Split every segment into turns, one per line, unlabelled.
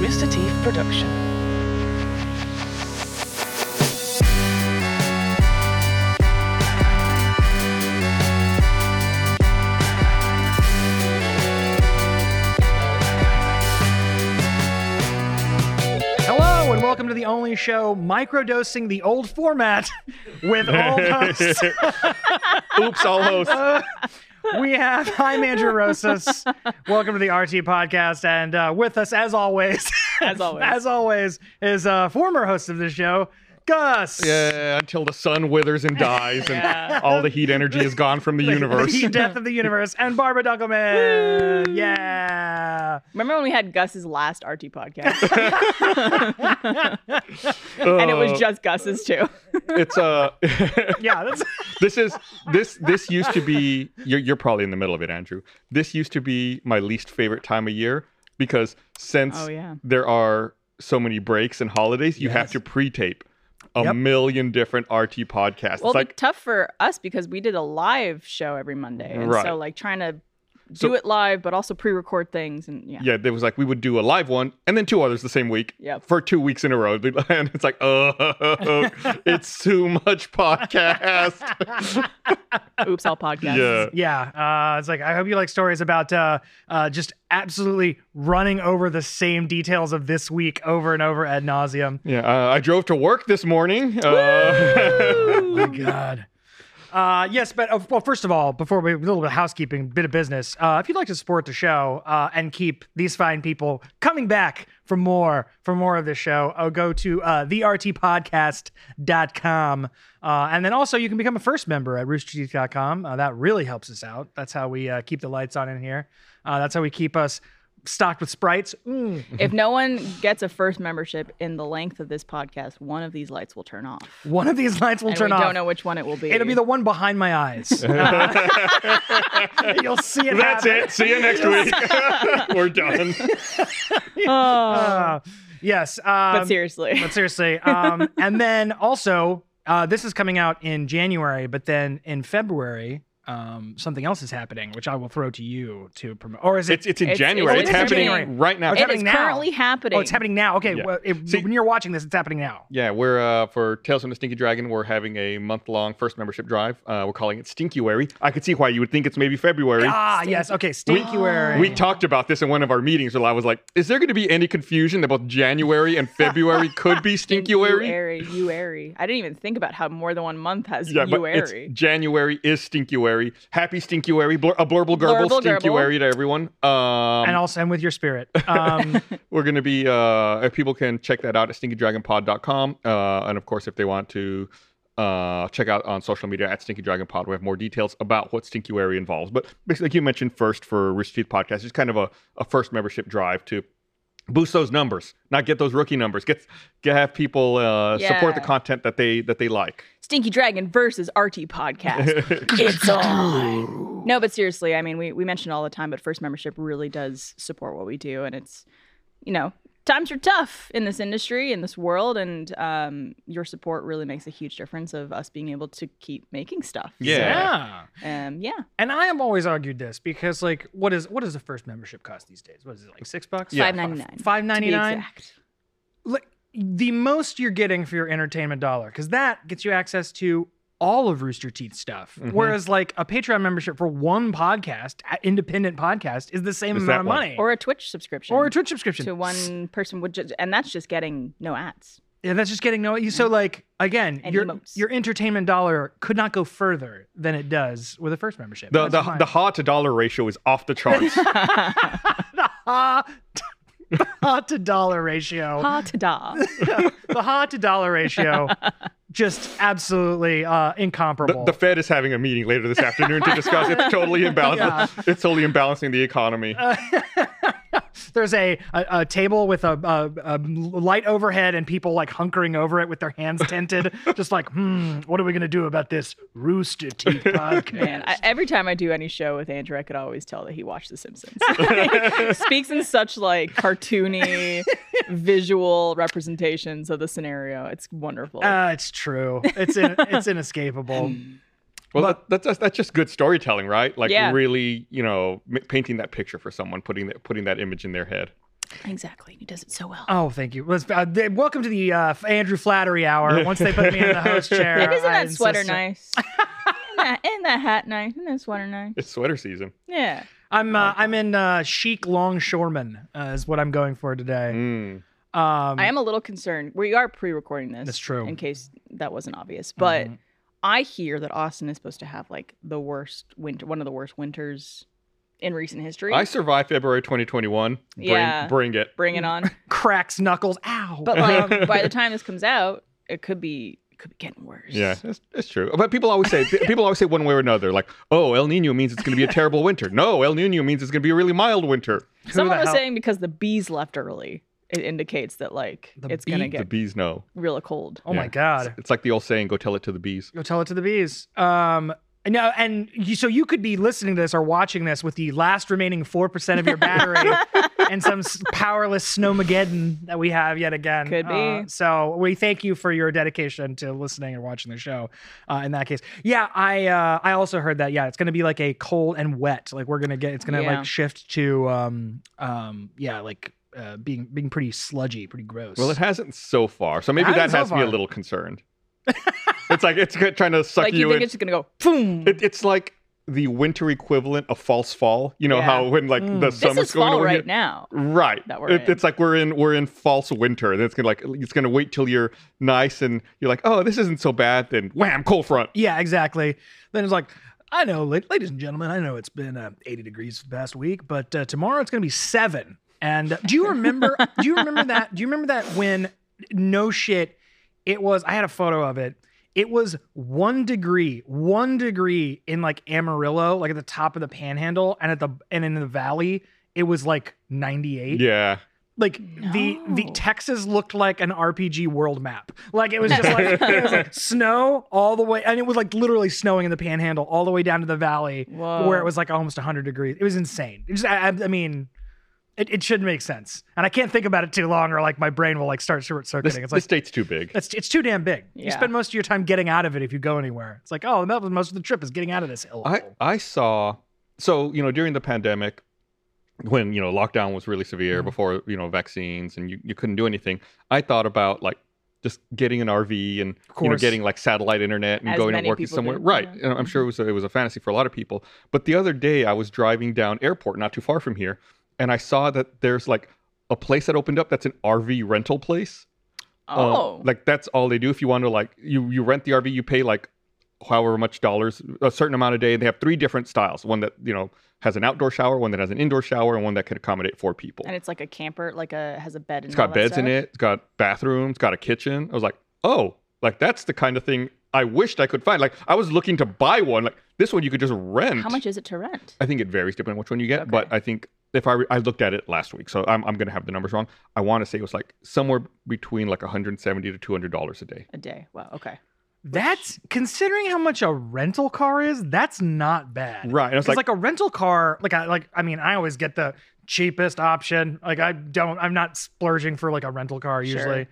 Mr. Teeth production.
Hello and welcome to the only show microdosing the old format with old hosts.
Oops, all hosts.
We have I'm Andrew Rosas. Welcome to the RT podcast, and uh, with us, as always,
As always.
as always, is uh, former host of the show, Gus.
Yeah, until the sun withers and dies, and
Yeah.
all the heat energy is gone from the universe.
The death of the universe, and Barbara Dunkelman. yeah.
Remember when we had Gus's last RT podcast? and it was just Gus's too.
Uh, It's uh,
Yeah, that's
this is this this used to be. You're you're probably in the middle of it, Andrew. This used to be my least favorite time of year because since
Oh, yeah.
there are so many breaks and holidays, you have to pre-tape a
Yep.
million different RT podcasts.
Well,
it's like
it's tough for us because we did a live show every Monday. And
Right.
so like trying to
So-
do it live but also pre-record things and yeah.
yeah, there was like we would do a live one and then two others the same week
Yep.
for two weeks in a row, and it's like, oh, it's too much podcast.
Oops, all podcasts.
yeah,
yeah. Uh, it's like I hope you like stories about uh, uh, just absolutely running over the same details of this week over and over ad nauseum.
yeah. Uh, I drove to work this morning. Uh,
my god. Uh, yes, but uh, well, first of all, before we a little bit of housekeeping, bit of business. Uh, if you'd like to support the show uh, and keep these fine people coming back for more, for more of the show, uh, go to uh, thertpodcast.com. Uh, and then also you can become a first member at roosterteeth.com. Uh, that really helps us out. That's how we uh, keep the lights on in here. Uh, that's how we keep us stocked with sprites. Mm.
If no one gets a first membership in the length of this podcast, one of these lights will turn off.
One of these lights will
and
turn
we
off.
don't know which one it will be.
It'll be the one behind my eyes. You'll see it.
that's
happen.
it. See you next week. We're done.
Oh,
Uh, yes. Um,
but seriously.
But seriously. Um, and then also, uh, this is coming out in January, but then in February, um, something else is happening, which I will throw to you to promote. Or is it?
It's it's in
It's-
January.
it's
It's,
in
happening
January.
right now.
Okay.
It is
happening now.
currently happening.
oh, it's happening now. Okay.
Yeah.
Well, it,
See-
when you're watching this, it's happening now.
Yeah, we're uh, for Tales from the Stinky Dragon. We're having a month-long first membership drive. Uh, we're calling it Stinkyary. I could see why you would think it's maybe February.
Ah, yes. Okay. Stinkywear.
We talked about this in one of our meetings where I was like, is there going to be any confusion that both January and February could be stinkuary?
Uary, Uary. I didn't even think about how more than one month has
Yeah, but it's
Uary.
January is stinkuary. Happy stinkuary. Blur- a blurble gerbil
Blurble gerbil.
stinkuary to everyone. Um,
and also, and with your spirit. Um,
we're going to be, uh, if people can check that out at stinkydragonpod.com. Uh, and of course, if they want to uh, check out on social media at Stinky Dragon Pod, we have more details about what stinkuary involves. But basically, like you mentioned first for Rooster Teeth Podcast, it's kind of a, a first membership drive to boost those numbers, not get those rookie numbers. Get, get have people uh, support the
Yeah.
content that they that they like.
Stinky Dragon versus RT podcast. it's on. No, but seriously, I mean, we, we mention it all the time, but first membership really does support what we do. And it's, you know, times are tough in this industry, in this world. And um, your support really makes a huge difference of us being able to keep making stuff.
yeah.
Um, yeah.
And I have always argued this because, like, what is what does the first membership cost these days? What is it like six bucks?
Yeah.
Five ninety nine.
Five ninety nine.
exact.
like the most you're getting for your entertainment dollar because that gets you access to all of rooster teeth stuff
Mm-hmm.
whereas like a patreon membership for one podcast a- independent podcast is the same
Is that
amount of
one?
money
Or a Twitch subscription.
Or a twitch subscription
to one person would just, and that's just getting no ads.
yeah that's just getting no you so like again
Mm-hmm. And
your
emotes.
your entertainment dollar could not go further than it does with a first membership
The,
That's
the,
fine.
the ha to dollar ratio is off the charts.
ha Ah, the ha to dollar ratio
Ha ta da.
the ha to dollar ratio just absolutely uh
The,
incomparable
the Fed is having a meeting later this afternoon to discuss. It's totally imbalanced. It's totally imbalancing the economy.
There's a, a, a table with a, a, a light overhead and people like hunkering over it with their hands tinted, just like, hmm, what are we gonna do about this Rooster Teeth podcast?
Man, I, every time I do any show with Andrew, I could always tell that he watched The Simpsons. He Speaks in such like cartoony visual representations of the scenario. It's wonderful.
Uh, it's true. It's in, it's inescapable.
Well, that, that's just, that's just good storytelling, right? Like
Yeah.
really, you know, m- painting that picture for someone, putting that putting that image in their head.
Exactly. He does it so well.
Oh, thank you. Let's, uh, th- welcome to the uh, Andrew Flattery Hour. Once they put me in the host chair,
and isn't
I
that sweater
insist-
nice? isn't, that, isn't that hat nice? Isn't that sweater nice?
It's sweater season.
Yeah.
I'm
Oh.
uh, I'm in uh, chic longshoreman uh, is what I'm going for today.
Hmm.
Mm.
Um,
I am a little concerned. We are pre-recording this.
That's true.
In case that wasn't obvious, but
Mhm.
I hear that Austin is supposed to have like the worst winter, one of the worst winters in recent history.
I survived February 2021. Bring,
Yeah.
bring it.
Bring
Mm.
it on.
cracks knuckles. Ow.
But
Um,
like by the time this comes out, it could be it could be getting worse.
Yeah, that's, that's true. But people always say people always say one way or another, like, "Oh, El Nino means it's going to be a terrible winter." No, El Nino means it's going to be a really mild winter.
Who
Someone
the
was
hell-
saying because the bees left early, it indicates that like
The
it's gonna
bee-
The
get
bees know.
real cold.
Oh
Yeah.
my god.
It's like the old saying, "Go tell it to the bees."
Go tell it to the bees. Um, no, and you, so you could be listening to this or watching this with the last remaining four percent of your battery and some s- powerless snowmageddon that we have yet again.
Could be.
Uh, so we thank you for your dedication to listening and watching the show. Uh, in that case, yeah, I uh, I also heard that. Yeah, it's going to be like a cold and wet. Like we're gonna get. It's gonna
Yeah.
like shift to um um yeah like uh, being being pretty sludgy, pretty gross.
Well, it hasn't so far, so maybe
Hasn't
that
so
has me a
far.
little concerned. it's like it's trying to suck
like you
you,
think
in.
it's just gonna go.
Boom.
It, it's like the winter equivalent of false fall. You know
Yeah.
how when like
Mm.
the
This
This
summer's
is
going
fall
over
right
here.
now.
Right.
that we're
It-
in.
It's like we're in we're in false winter. That's gonna like it's gonna wait till you're nice and you're like, oh, this isn't so bad. Then wham, cold front.
Yeah, exactly. Then it's like, I know, la- ladies and gentlemen, I know it's been uh, 80 degrees for the past week, but uh, tomorrow it's going to be seven. And uh, do you remember? do you remember that? Do you remember that when? No shit, it was. I had a photo of it. It was one degree, one degree in like Amarillo, like at the top of the Panhandle, and at the and in the valley, it was like 98
Yeah.
like the the
No.
Texas looked like an RPG world map. Like it was just like, it was like snow all the way, and it was like literally snowing in the Panhandle all the way down to the valley,
Whoa.
where it was like almost 100 degrees. It was insane. It just, I, I I mean, it, it should make sense, and I can't think about it too long, or like my brain will like start short
This,
circuiting. It's
this
like.
state's too big.
It's, it's too damn big. You
Yeah.
spend most of your time getting out of it if you go anywhere. It's like, oh, that was most of the trip is getting out of this hill.
I I saw so you know during the pandemic when you know lockdown was really severe
Mm-hmm.
Mhm.
before you know vaccines and you, you couldn't do anything. I thought about like just getting an RV and you know
course.
getting like satellite internet and
As
going and
many
working
people
somewhere.
do, Mm-hmm.
Right.
yeah.
And I'm sure it was a, it was a fantasy for a lot of people. But the other day I was driving down airport not too far from here and I saw that there's like a place that opened up that's an RV rental place. Um,
Oh,
like that's all they do. If you want to like you you rent the RV, you pay like however much dollars, a certain amount a day. They have three different styles: one that you know has an outdoor shower, one that has an indoor shower, and one that can accommodate four people.
and it's like a camper, like a has a bed. And
it's
all
got
that
beds in
stuff?
it. It's got bathrooms. Got a kitchen. I was like, oh, like that's the kind of thing I wished I could find. Like I was looking to buy one. Like this one you could just rent.
How much is it to rent?
I think it varies depending on which one you get,
Okay.
but I think if I, re- I looked at it last week, so I'm, I'm going to have the numbers wrong. I want to say it was like somewhere between like 170 to 200 dollars a day.
A day. Wow. Okay.
That's considering how much a rental car is. That's not bad,
Right, and I was
It's
like-
like, a rental car. Like I like. I mean, I always get the cheapest option. Like I don't. I'm not splurging for like a rental car
Sure.
usually.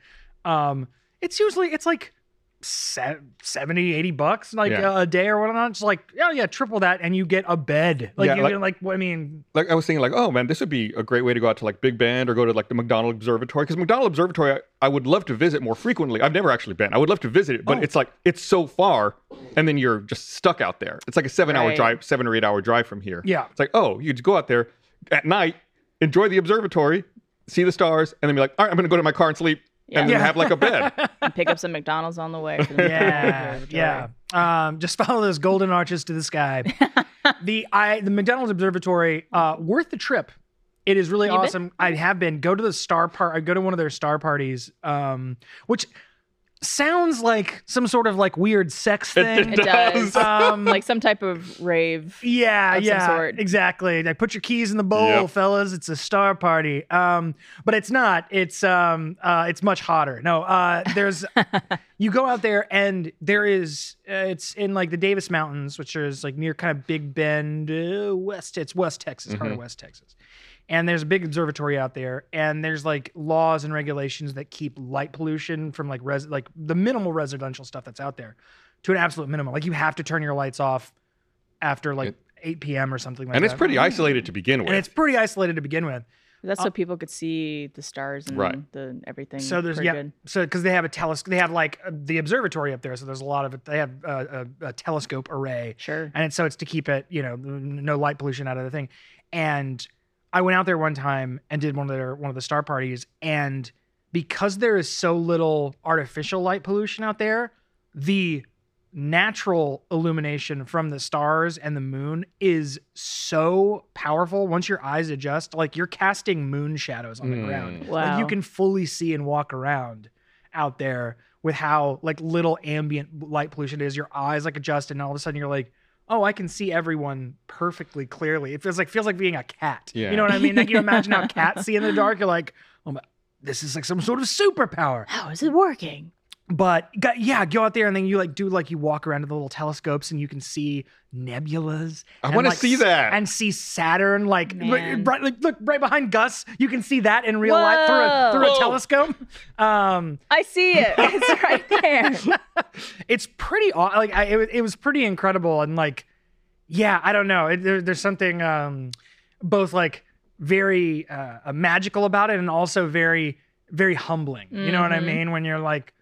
Um, it's usually it's like se- 70 80 bucks like
Yeah.
a day or whatnot it's like oh yeah triple that and you get a bed like
Yeah,
you
like-
get like what i mean
like I was thinking, like, oh man, this would be a great way to go out to like Big Bend or go to like the McDonald Observatory because McDonald Observatory I, I would love to visit more frequently. I've never actually been. I would love to visit it, but
Oh.
it's like it's so far, and then you're just stuck out there. It's like a seven hour
Right.
drive, seven or eight hour drive from here.
yeah
It's like oh, you just go out there at night, enjoy the observatory, see the stars, and then be like, all right, I'm gonna go to my car and sleep,
Yeah.
and then
Yeah.
have like a bed.
And pick up some McDonald's on the way. for the
yeah,
McDonald's
yeah. Um, just follow those golden arches to the sky. the I the McDonald's Observatory, uh, worth the trip. It is really
You been?
awesome. I have been go to the star part. I go to one of their star parties, um, which sounds like some sort of like weird sex thing.
It does.
um,
like some type of rave.
yeah,
of some
yeah,
sort.
exactly. Like put your keys in the bowl,
Yep.
fellas. It's a star party. Um, but it's not. It's um, uh, it's much hotter. No, uh, there's you go out there and there is uh, it's in like the Davis Mountains, which is like near kind of Big Bend, uh, West. It's West Texas, part of West Texas. And there's a big observatory out there, and there's like laws and regulations that keep light pollution from like res like the minimal residential stuff that's out there to an absolute minimum. Like you have to turn your lights off after like 8 p.m. or something like
and
that.
it's pretty isolated to begin with.
And it's pretty isolated to begin with.
That's so people could see the stars and
Right.
the everything.
uh, So there's
pretty
yeah.
good.
So because they have a telescope, they have like uh, the observatory up there. So there's a lot of they have uh, a, a telescope array,
Sure.
and it's so it's to keep it you know n- no light pollution out of the thing. And I went out there one time and did one of their one of the star parties, and because there is so little artificial light pollution out there, the natural illumination from the stars and the moon is so powerful once your eyes adjust like you're casting moon shadows on the ground
Mm.
Wow.
like you can fully see and walk around out there with how like little ambient light pollution is. Your eyes like adjust, and all of a sudden you're like, oh, I can see everyone perfectly clearly. It feels like feels like being a cat.
Yeah.
You know what I mean? Like you imagine how cats see in the dark. You're like, oh my, this is like some sort of superpower.
How is it working?
But go- yeah, go out there and then you like do like you walk around to the little telescopes and you can see nebulas.
I
and,
want to
like,
see
s-
that.
And see Saturn, like right,
Man.
right- like, look right behind Gus. You can see that in real life through a,
Whoa.
through a
Whoa.
telescope. Um,
I see it. It's right there.
it's pretty aw- like I, it, was- it was pretty incredible and like yeah, I don't know. It, there, there's something um, both like very uh, uh, magical about it and also very very humbling. You know what I
Mhm.
mean? When you're like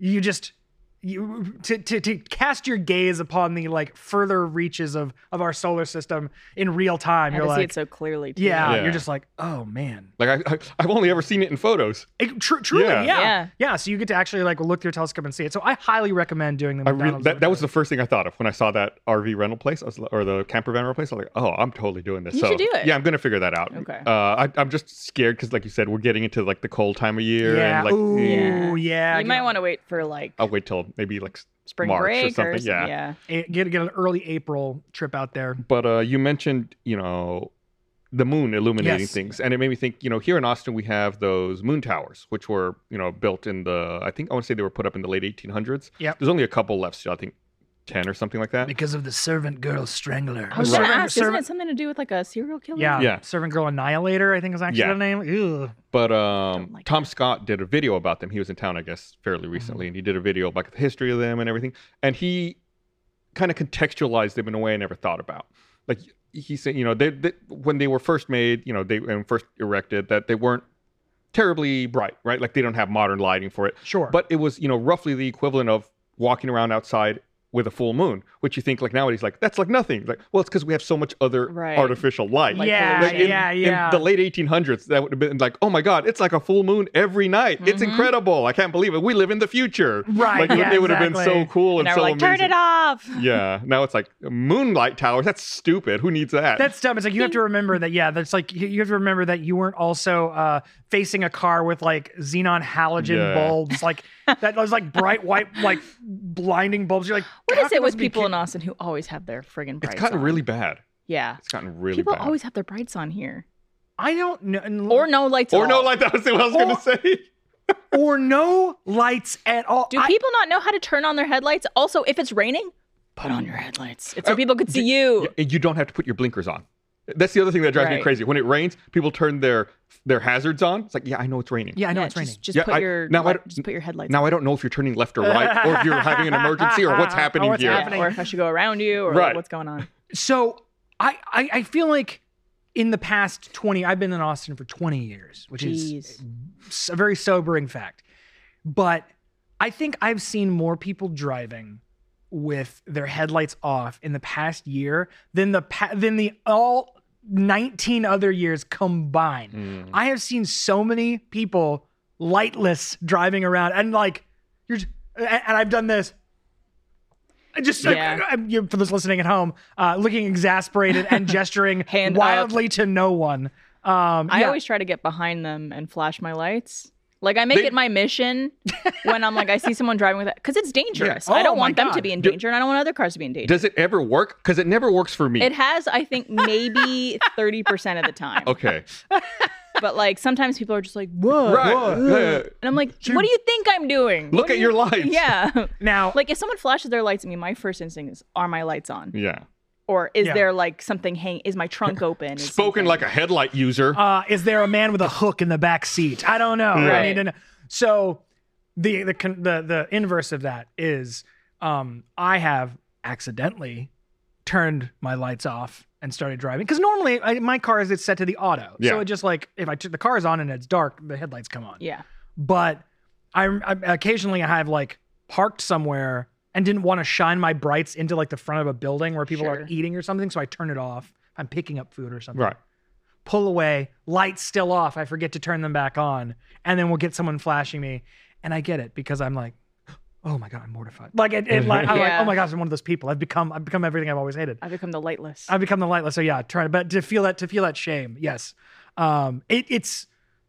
you just you to, to to cast your gaze upon the like further reaches of of our solar system in real time.
I
You're
can see
like
it so clearly. Too.
yeah,
Yeah.
you're just like, oh man.
like I, I, I've only ever seen it in photos.
It, tru- truly,
Yeah.
yeah. yeah.
Yeah.
so you get to actually like look through a telescope and see it. So I highly recommend doing the
I really,
McDonald's
that, that was
overtime.
the first thing I thought of when I saw that RV rental place I was, li- or the camper van rental place. I was like, oh, I'm totally doing this.
You
so,
should do it.
Yeah, I'm gonna figure that out.
Okay.
Uh, I, I'm just scared because, like you said, we're getting into like the cold time of year.
Yeah.
And, like, mm,
Ooh, yeah.
Yeah.
yeah.
You might want to wait for like
I'll wait till maybe like. s-
spring
March or
break or
something,
something.
yeah.
yeah.
to get, get an early April trip out there.
But uh, you mentioned, you know, the moon illuminating
Yes.
things, and it made me think. You know, here in Austin we have those moon towers, which were, you know, built in the. I think I want to say they were put up in the late 1800s.
Yep.
There's only a couple left still. I think ten or something like that.
Because of the servant girl strangler.
I was gonna
Right.
ask, isn't it something to do with like a serial killer?
Oh, yeah,
Yeah.
servant girl annihilator, I think is actually
Yeah.
the name. Ew.
But um,
Don't like
Tom
that. Mm-hmm.
Scott did a video about them. He was in town, I guess, fairly recently, and he did a video about the history of them and everything. And he kind of contextualized them in a way I never thought about. Like he said, you know, they, they, when they were first made, you know, they and first erected, that they weren't terribly bright, right? Like they don't have modern lighting for it.
Sure.
But it was, you know, roughly the equivalent of walking around outside with a full moon, which you think like nowadays, like that's like nothing. Like, well, it's because we have so much other
Right.
artificial light.
Like
yeah,
Like, in,
yeah,
in
yeah.
the late 1800s, that would have been like, oh my God, it's like a full moon every night. It's
Mhm.
incredible. I can't believe it. We live in the future.
Right,
Like, it would-
yeah,
it would have
exactly.
been so cool
And
and, so
now we're like,
amazing.
turn it off.
Yeah. Now it's like moonlight towers. That's stupid. Who needs that?
that's dumb. It's like you have to remember that. Yeah, that's like you you have to remember that you weren't also uh, facing a car with like xenon halogen
Yeah.
bulbs, like that was like bright white, like blinding bulbs. You're like,
What
how
is
can
it
this
with
be
people
ki-
in Austin who always have their friggin' brights
it's gotten
on?
really bad.
Yeah.
It's gotten really
people
bad.
always have their brights on here.
I don't know,
Or no lights at
or no
all.
light. That was what I was going
Or-
to say.
or no lights at all.
Do
I-
people not know how to turn on their headlights? Also, if it's raining, put on your headlights.
Oh,
It's so people could see you.
Yeah, and you don't have to put your blinkers on. That's the other thing that drives me
Right.
crazy. When it rains, people turn their their hazards on. It's like, yeah, I know it's raining.
yeah, I know
Yeah,
it's raining.
Just, just
Yeah,
put
I-
your
now I
light-
don't-
just put your headlights.
Now I don't know if you're turning left or right, or if you're having an emergency, or what's happening
Or what's
here.
on. Yeah,
happening.
or if I should go around you, or
Right.
what's going on.
so I, I I feel like in the past 20 I've been in Austin for 20 years, which
Jeez.
is a very sobering fact. But I think I've seen more people driving with their headlights off in the past year than the pa- than the all 19 other years combined.
Mm.
I have seen so many people lightless driving around and like you're j- and and I've done this. I Just like,
Yeah.
I'm- you- for those listening at home, uh, looking exasperated and gesturing
Hand up.
wildly to no one. Um,
I
yeah.
always try to get behind them and flash my lights. Like I make
They-
it my mission when I'm like I see someone driving with it because it's dangerous.
Oh
I don't
my
want them
God.
to be in
Do-
danger, and I don't want other cars to be in danger.
Does it ever work? Because it never works for me.
It has, I think, maybe thirty percent of the time.
okay.
But like sometimes people are just like, "Whoa!"
Right. Yeah.
And I'm like, "What do you think I'm doing?"
Look
What
at
do
your
you-
lights.
Yeah.
now
Like if someone flashes their lights at me, my first instinct is, "Are my lights on?"
Yeah.
Or is
Yeah.
there like something hang? Is my trunk open? Is
Spoken
something-
like a headlight user.
uh, is there a man with a hook in the back seat? I don't know. I
Right.
need to know. So the the con- the the inverse of that is um, I have accidentally turned my lights off and started driving because normally I, my car is it's set to the auto,
Yeah.
so it just like if I t- the car is on and it's dark, the headlights come on.
Yeah.
But I, I occasionally I have like parked somewhere and didn't want to shine my brights into like the front of a building where people
Sure.
are eating or something, so I turn it off. I'm picking up food or something
Right.
pull away, lights still off. I forget to turn them back on. And then we'll get someone flashing me. And I get it because I'm like, oh my God, I'm mortified. Like, it, it, like, I'm like,
Yeah.
oh my gosh, I'm one of those people. I've become, I've become everything I've always hated.
I become the lightless.
I've become the lightless. So yeah, trying, but to feel that, to feel that shame. Yes. Um, it, it's,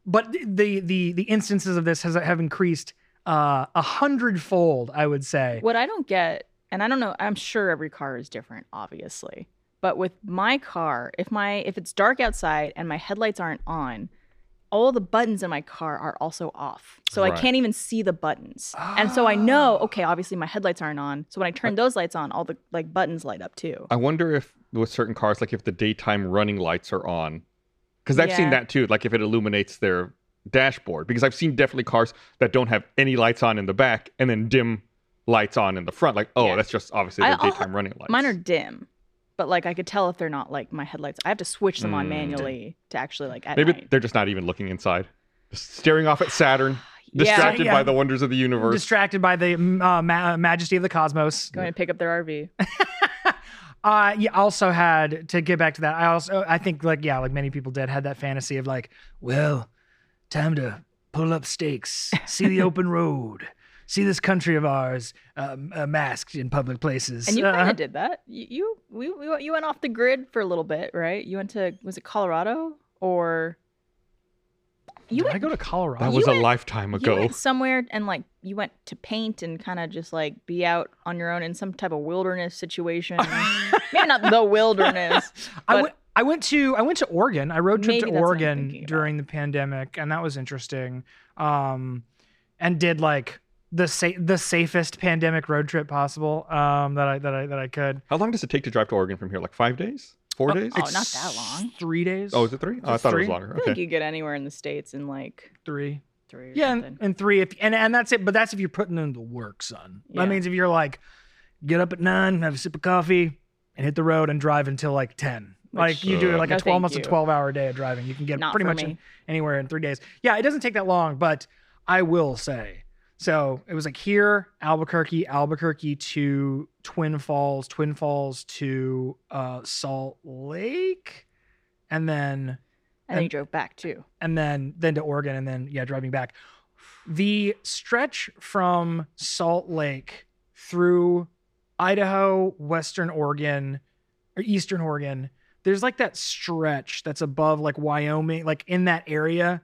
but the, the, the instances of this has, have increased uh, a hundredfold, I would say.
What I don't get, and I don't know, I'm sure every car is different, obviously. But with my car, if my if it's dark outside and my headlights aren't on, all the buttons in my car are also off. So
Right. Ah.
I can't even see the buttons. And so I know, okay, obviously my headlights aren't on. So when I turn those lights on, all the like buttons light up too.
I wonder if with certain cars, like if the daytime running lights are on, because I've seen
Yeah.
that too. Like if it illuminates their dashboard, because I've seen definitely cars that don't have any lights on in the back and then dim lights on in the front. Like oh,
Yeah.
that's just obviously
I-
their
I'll-
daytime running lights.
Mine are dim, but like I could tell if they're not like my headlights. I have to switch them
Mm.
on manually to actually like at
Maybe
night.
they're just not even looking inside, just staring off at Saturn, distracted
Yeah.
by the wonders of the universe.
Distracted by the uh, ma- majesty of the cosmos.
Going to pick up their RV.
I yeah, also had to get back to that. I also I think like yeah, like many people did, had that fantasy of like, well, time to pull up stakes, see the open road, see this country of ours um, uh, masked in public places.
And you
Uh,
kind of did that. You you, we, we, you went off the grid for a little bit, right? You went to was it Colorado or you
did I
went,
go to Colorado?
that was
You
a
went-
lifetime
you
ago.
went somewhere and like you went to paint and kind of just like be out on your own in some type of wilderness situation. Maybe not the wilderness.
I
but-
went. I went to I went to Oregon. I road trip
Maybe
to
that's what I'm
Oregon
thinking about.
during the pandemic, and that was interesting. Um, and did like the sa- the safest pandemic road trip possible um, that I that I that I could.
How long does it take to drive to Oregon from here? Like five days, four days?
Oh, not that long.
Three days.
Oh, is it three? Oh, I
It's
thought it
three.
was longer.
I think
Okay.
you get anywhere in the states in like
three?
three. Or
Yeah, and,
something.
and three. If and and that's it. But that's if you're putting in the work, son.
Yeah.
That means if you're like, get up at nine, have a sip of coffee, and hit the road and drive until like ten.
Which-
like you do
Ugh.
like
No,
a twelve
thank
months a
you.
twelve hour day of driving. You can get
Not
pretty
for
much in-
me.
anywhere in three days. Yeah, it doesn't take that long. But I will say, so it was like here, Albuquerque, Albuquerque to Twin Falls, Twin Falls to uh, Salt Lake, and then
and then you drove back too.
and then then to Oregon and then yeah, driving back. The stretch from Salt Lake through Idaho, Western Oregon, or Eastern Oregon, there's like that stretch that's above like Wyoming, like in that area.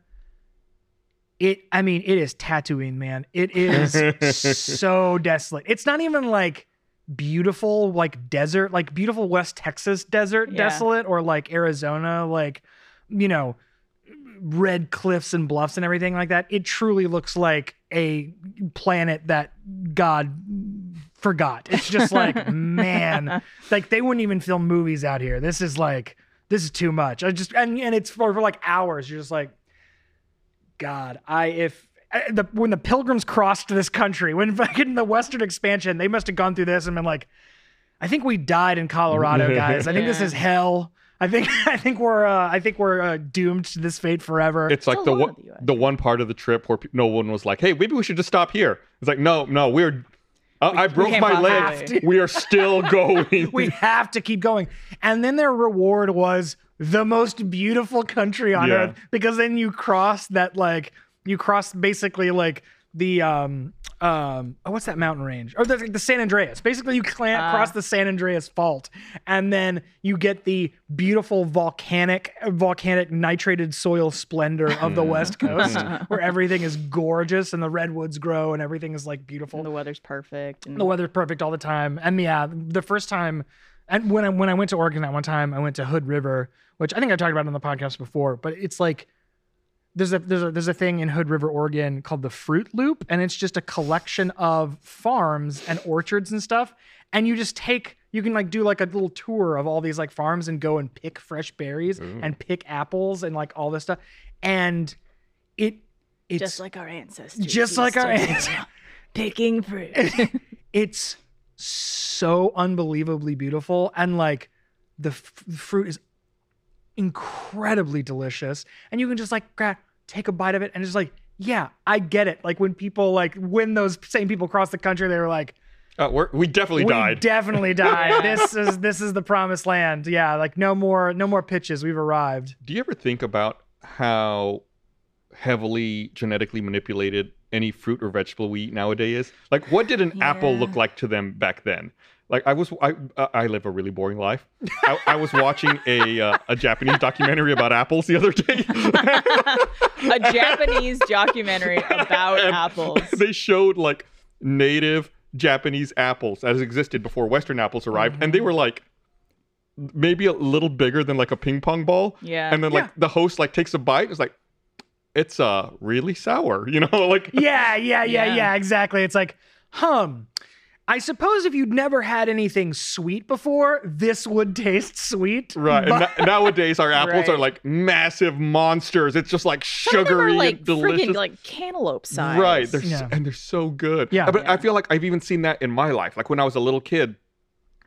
It I mean, it is tattooing, man. It is so desolate. It's not even like beautiful like desert, like beautiful West Texas desert
Yeah.
desolate or like Arizona like you know, red cliffs and bluffs and everything like that. It truly looks like a planet that God forgot. It's just like, man, like they wouldn't even film movies out here. This is like, this is too much. I just, and, and it's for, for like hours. You're just like, God, I, if, I- the, when the pilgrims crossed this country, when fucking the Western expansion, they must have gone through this and been like, I think we died in Colorado, guys. I think this
Yeah.
is hell. I think I think we're uh, I think we're uh, doomed to this fate forever.
It's like
a
the
lot
one,
of the US.
the one part of the trip where pe- no one was like, "Hey, maybe we should just stop here." It's like, no, no, we're. Uh, I broke
can't
my
possibly.
leg. We are still going.
we have to keep going. And then their reward was the most beautiful country on
Yeah.
earth because then you cross that like you cross basically like the um um oh, what's that mountain range or the, the San Andreas. Basically, you clan-
Ah.
cross the San Andreas Fault, and then you get the beautiful volcanic volcanic nitrated soil splendor of the West Coast, where everything is gorgeous and the redwoods grow and everything is like beautiful
And the weather's perfect. And
the weather's perfect all the time. And yeah, the first time, and when I when I went to Oregon that one time, I went to Hood River, which I think I talked about on the podcast before. But it's like there's a there's a there's a thing in Hood River, Oregon called the Fruit Loop, and it's just a collection of farms and orchards and stuff. And you just take you can like do like a little tour of all these like farms and go and pick fresh berries and pick apples and like all this stuff. And it it's
just like our ancestors.
Just like
used
our
to do.
ancestors.
Picking fruit.
it's so unbelievably beautiful and like the, f- the fruit is incredibly delicious and you can just like gra- take a bite of it and just like yeah i get it like when people like when those same people across the country they were like
Uh, we're, we definitely
we
died.
definitely died this is this is the promised land yeah like no more no more pitches we've arrived
Do you ever think about how heavily genetically manipulated any fruit or vegetable we eat nowadays is? Like, what did an apple
Yeah.
look like to them back then? Like, I was, I, I I live a really boring life. I, I was watching a uh, a Japanese documentary about apples the other day.
a Japanese documentary about apples.
they showed like native Japanese apples as existed before Western apples arrived, and they were like maybe a little bigger than like a ping pong ball.
Yeah.
And then like the host like takes a bite, and is like, it's uh really sour, you know, like
yeah yeah yeah
Yeah.
yeah exactly it's like hum I suppose if you'd never had anything sweet before, this would taste sweet.
right. And
but-
na- nowadays our apples are
Right.
like massive monsters. It's just like
Some of them are
sugary
like
and delicious.
freaking like cantaloupe size.
Right. They're s-
Yeah.
and they're so good.
Yeah.
But I
Yeah.
feel like I've even seen that in my life. Like when I was a little kid,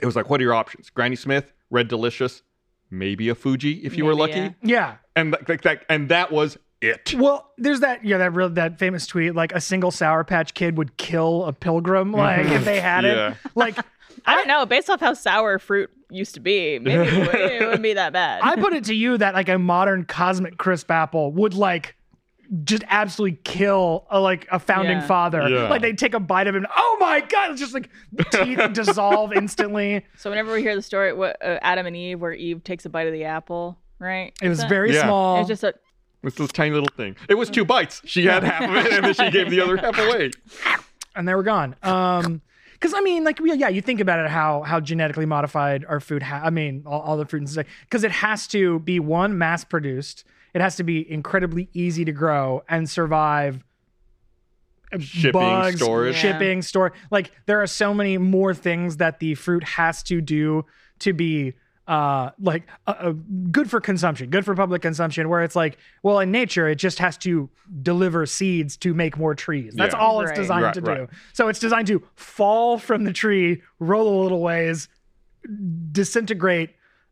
it was like, what are your options? Granny Smith, Red Delicious, maybe a Fuji if you were
Maybe,
lucky.
yeah.
yeah.
And like, like that and that was it.
Well, there's that yeah that real that famous tweet like a single Sour Patch Kid would kill a pilgrim like if they had
Mm-hmm. Yeah.
it like
I don't know. Based off how sour fruit used to be, maybe it, would, it wouldn't be that bad.
I put it to you that like a modern cosmic crisp apple would like just absolutely kill a like a founding
Yeah.
father
Yeah.
like they take a bite of him oh my god it's just like teeth dissolve instantly
so whenever we hear the story, what uh, Adam and Eve, where Eve takes a bite of the apple, right?
it was
Is that-
very
Yeah.
small
It's just a.
It's this tiny little thing. It was two bites. She had half of it and then she gave the other half away.
and they were gone um because I mean like we- yeah you think about it how how genetically modified our food ha- I mean all, all the fruit and stuff because it has to be one mass produced it has to be incredibly easy to grow and survive
Shipping,
bugs,
storage.
Yeah.
shipping, store. Like there are so many more things that the fruit has to do to be uh like uh, uh, good for consumption, good for public consumption. Where it's like, well, in nature, it just has to deliver seeds to make more trees. That's
Yeah.
all it's
Right.
designed
Right,
to
right.
do. So it's designed to fall from the tree, roll a little ways, disintegrate